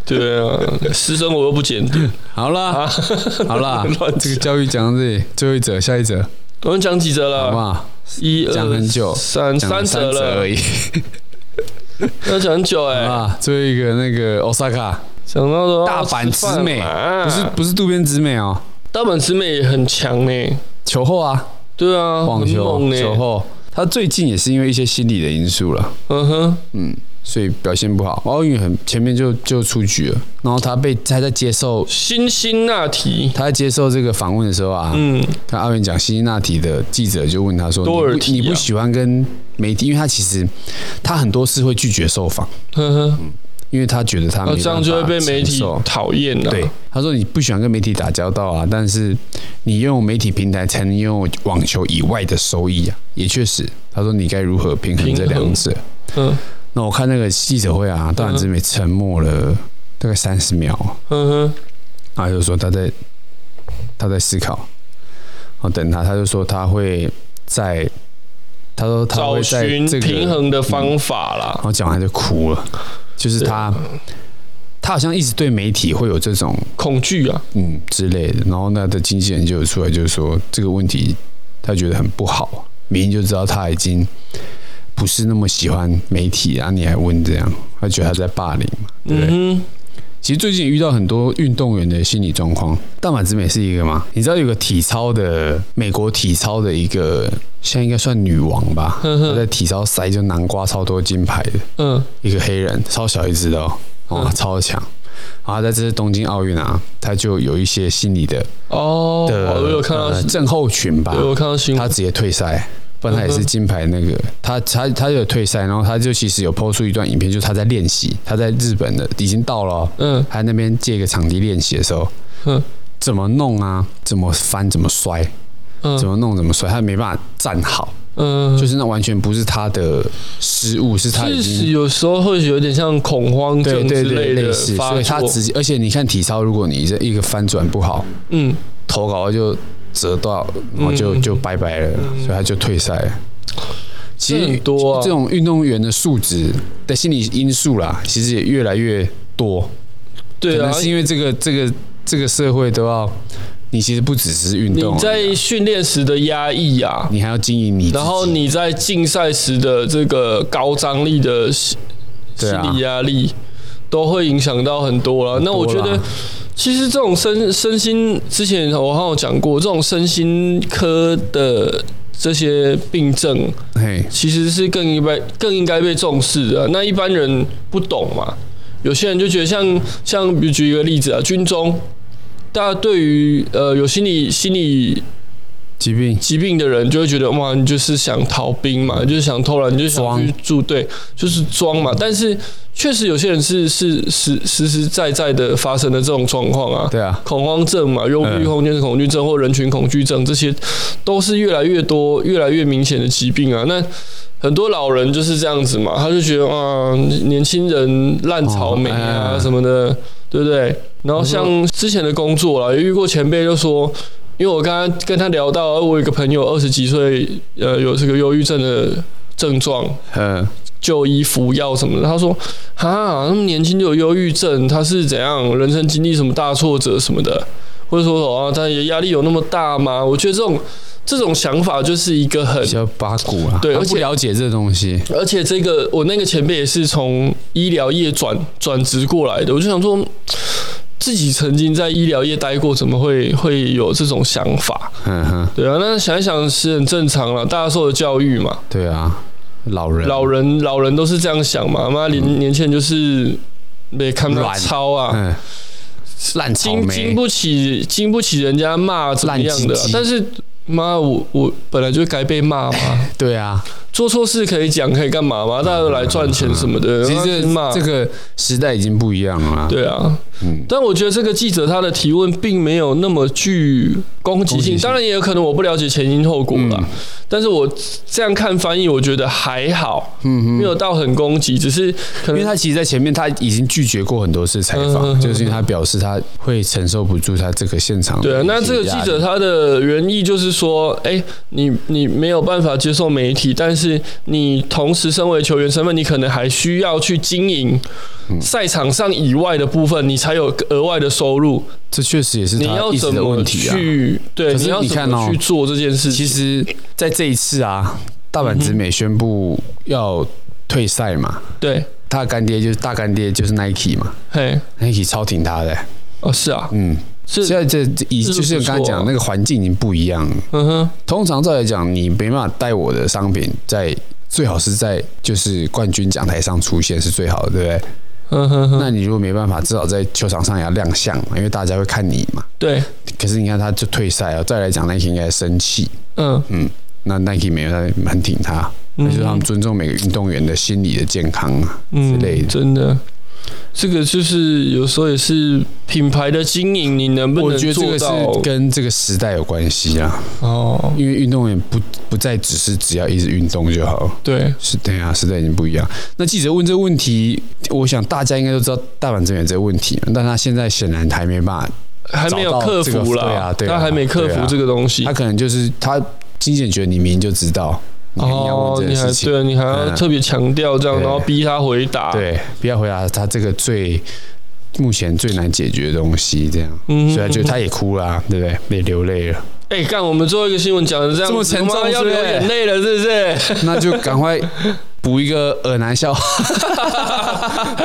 对啊，私生活又不检
(laughs)
点
好啦，
啊！，
好啦
(laughs) 乱
这
讲
个教育讲到这里，最后一则，下一则，
我们讲几折
好不
了？
好？
一
讲很久
二三
讲
呃三折
三则
了
而，已，
要讲很久哎，
啊，最后一个那个 Osaka，
讲到都
大阪直美
不
不是不是渡边直美哦，
大阪直美也很强呢。
球后啊，
对啊，
网
很猛
球
呢、
球后，他最近也是因为一些心理的因素了。
嗯哼，
所以表现不好，奥运很前面就就出局了，然后他被他在接受
辛辛那提，
他在接受这个访问的时候啊，
嗯，
看奥运奖辛辛那提的记者就问他说：“
多尔
你不
提啊
你不喜欢跟媒体，因为他其实他很多次会拒绝受访，
呵呵，
因为他觉得他没
那哦这样就会被媒体
办法承受
讨厌啊了。
对，他说你不喜欢跟媒体打交道啊，但是你拥有媒体平台才能拥有网球以外的收益啊，也确实。他说你该如何平衡这
平衡
两者？
嗯
那我看那个记者会啊，当然直美沉默了大概三十秒啊，
呵呵，
然后他就说他在他在思考，然后等他，他就说他会在，他说他
找
会在嗯
寻
这个，
平
然
衡的方法啦。
后讲完他就哭了，就是他他好像一直对媒体会有这种
恐惧啊，
嗯之类的，然后那的经纪人就有出来就是说这个问题他觉得很不好，明明就知道他已经。不是那么喜欢媒体啊，你还问这样，他觉得他在霸凌嘛，对不对？
嗯
其实最近遇到很多运动员的心理状况，大阪直美是一个嘛？你知道有个体操的美国体操的一个，现在应该算女王吧？
呵呵
她在体操赛就南瓜超多金牌的，
哼嗯
一个黑人，超小一只的哦，哦，超强。然后在这次东京奥运啊，他就有一些心理的
哦，
的、
我有看到，
呃
对
症候群吧，
我有看到新
他
闻，
直接退赛，不然他也
嗯
是
哼
金牌那个，他他他有退赛，然后他就其实有抛出一段影片，就是他在练习，他在日本的已经到了哦、
嗯
他那边借一个场地练习的时候，
嗯
怎么弄啊？怎么翻？怎么摔？怎
嗯
么弄？怎么摔？他没办法站好，
嗯，
就是是那完全不是他的失误，是他已
是
经
有时候会有点像恐慌
对
症
对
之
对
的
类似，
发
所以他
作
直接，而且你看体操，如果你这一个翻转不好，
嗯，
投稿就折到，然后就
嗯
就拜拜了，所以他就退赛了。其
这
实
很多啊
这种运动员的素质的心理因素啦，其实也越来越多。
对
可
啊
能，是因为这个这个这个社会都要，你其实不只是运
你
动而已啊，
在训练时的压抑啊，
你还要经营你自己，
然后你在竞赛时的这个高张力的心
对
心
啊
理压力，都会影响到很多了。那我觉得
啦，
其实这种身身心，之前我好像有讲过，这种身心科的这些病症，
嘿，
其实是更应该更应该被重视的啊、那一般人不懂嘛，有些人就觉得像像，比如举一个例子啊，军中，大家对于呃有心理心理
疾病
疾病的人就会觉得哇，你就是想逃兵嘛，你就是想偷懒，你就想去住对，就是装嘛。但是确实有些人是是实实实在在的发生的这种状况啊，
对啊，
恐慌症嘛，忧
嗯
郁空间恐惧症或人群恐惧症，这些都是越来越多、越来越明显的疾病啊。那很多老人就是这样子嘛，他就觉得啊，年轻人烂草莓
哦
啊
哎嗯
什么的，对不对？然后像之前的工作啦，也遇过前辈就说，因为我刚刚跟他聊到，呃我有一个朋友二十几岁，呃，有这个忧郁症的症状，
嗯，
就医服药什么的。他说：“哈，那么年轻就有忧郁症，他是怎样人生经历什么大挫折什么的，或者说啊，他也压力有那么大吗？”我觉得这种这种想法就是一个很
比，较八股啊，
呃对
他
而
不
且
了解这东西，
而且这个我那个前辈也是从医疗业转转职过来的，我就想说。自己曾经在医疗业待过，怎么会会有这种想法？
嗯哼，
对啊，那想一想是很正常了，大家受的教育嘛。
对啊，老人
老人老人都是这样想嘛，妈年年轻人就是没看不到
嗯软
超啊，
嗯，烂草
经经
莓，
不起经不起人家骂怎么样的啊
烂唧唧，
但是妈我我本来就该被骂嘛，
(laughs) 对啊，
做错事可以讲可以干嘛嘛，大家都来赚钱什么的，
其
妈
实
去骂
这这个时代已经不一样了啊，
对啊，
嗯，
但我觉得这个记者他的提问并没有那么具攻击
攻击
性，
性
当然也有可能我不了解前因后果啦，
嗯
但是我这样看翻译，我觉得还好，
嗯
没有到很攻击，只是可能
因为他其实，在前面他已经拒绝过很多次采
嗯嗯
访，
嗯
就是因为他表示他会承受不住他这个现场的
对啊，那
一些
这个记
哦压力
者他的原意就是说，哎、你你没有办法接受媒体，但是你同时身为球员身份，你可能还需要去经营
嗯
赛场上以外的部分，你才有额外的收入。
这确实也是
你
他
要
一直
怎
的
么
问题啊。
去？对，
可是
你要
你
怎
看
么
哦
去做这件事情？
其实，在这一次啊，大阪直美宣布要退赛嘛，
对，
他的干爹就是大干爹就是 Nike 嘛
嘿，
，Nike 超挺他的，
哦，是啊，
嗯，
是，
现在这这以
这是
就是
不
我刚才
错啊
讲那个环境已经不一样了。
嗯哼，
通常照来讲，你没办法带我的商品在最好是在就是冠军讲台上出现是最好的，对不对？
嗯哼哼，
那你如果没办法，至少在球场上也要亮相嘛，因为大家会看你嘛。
对，
可是你看他就退赛了，再来讲 Nike 应该生气，
嗯
那 Nike 没有他很挺他，那就是他们尊重每个运动员的心理的健康啊。
嗯
之类的
真的。这个就是有时候也是品牌的经营，你能不
我
能
觉得这
做
个是
到？
跟这个时代有关系啊，
哦，
因为运动员不不再只是只要一直运动就好，
对，
是对啊，时代已经不一样。那记者问这个问题，我想大家应该都知道大阪真源这个问题嘛，但他现在显然还没办法，
还没有克服啦，
找到这个对啊对啊
他还没克服这个东西
他。可能就是他金姐觉得你明明就知道，你还要
哦，
问这
你
个
还
事情。
对你啊还要
嗯
特别强调这样，
对
然后逼他回答。，
对，不要回答他这个最目前最难解决的东西，这样，
嗯
所以他就他也哭啦、对不对？也流
(laughs)
泪了，
哎，干，我们最后一个新闻讲的这样子，
这么沉重
我妈要
是不
流
是
眼泪了，是不是？ (laughs)
那就赶快补一个耳男笑话，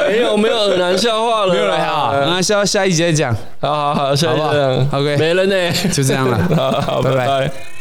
没有 (laughs) 没有耳男笑话了，
(laughs) 没有了哈，耳男笑话下一集再讲，
好好好，下一
好不好
个
？OK
没了呢， (laughs)
就这样了。
好好，
拜
拜
拜
拜。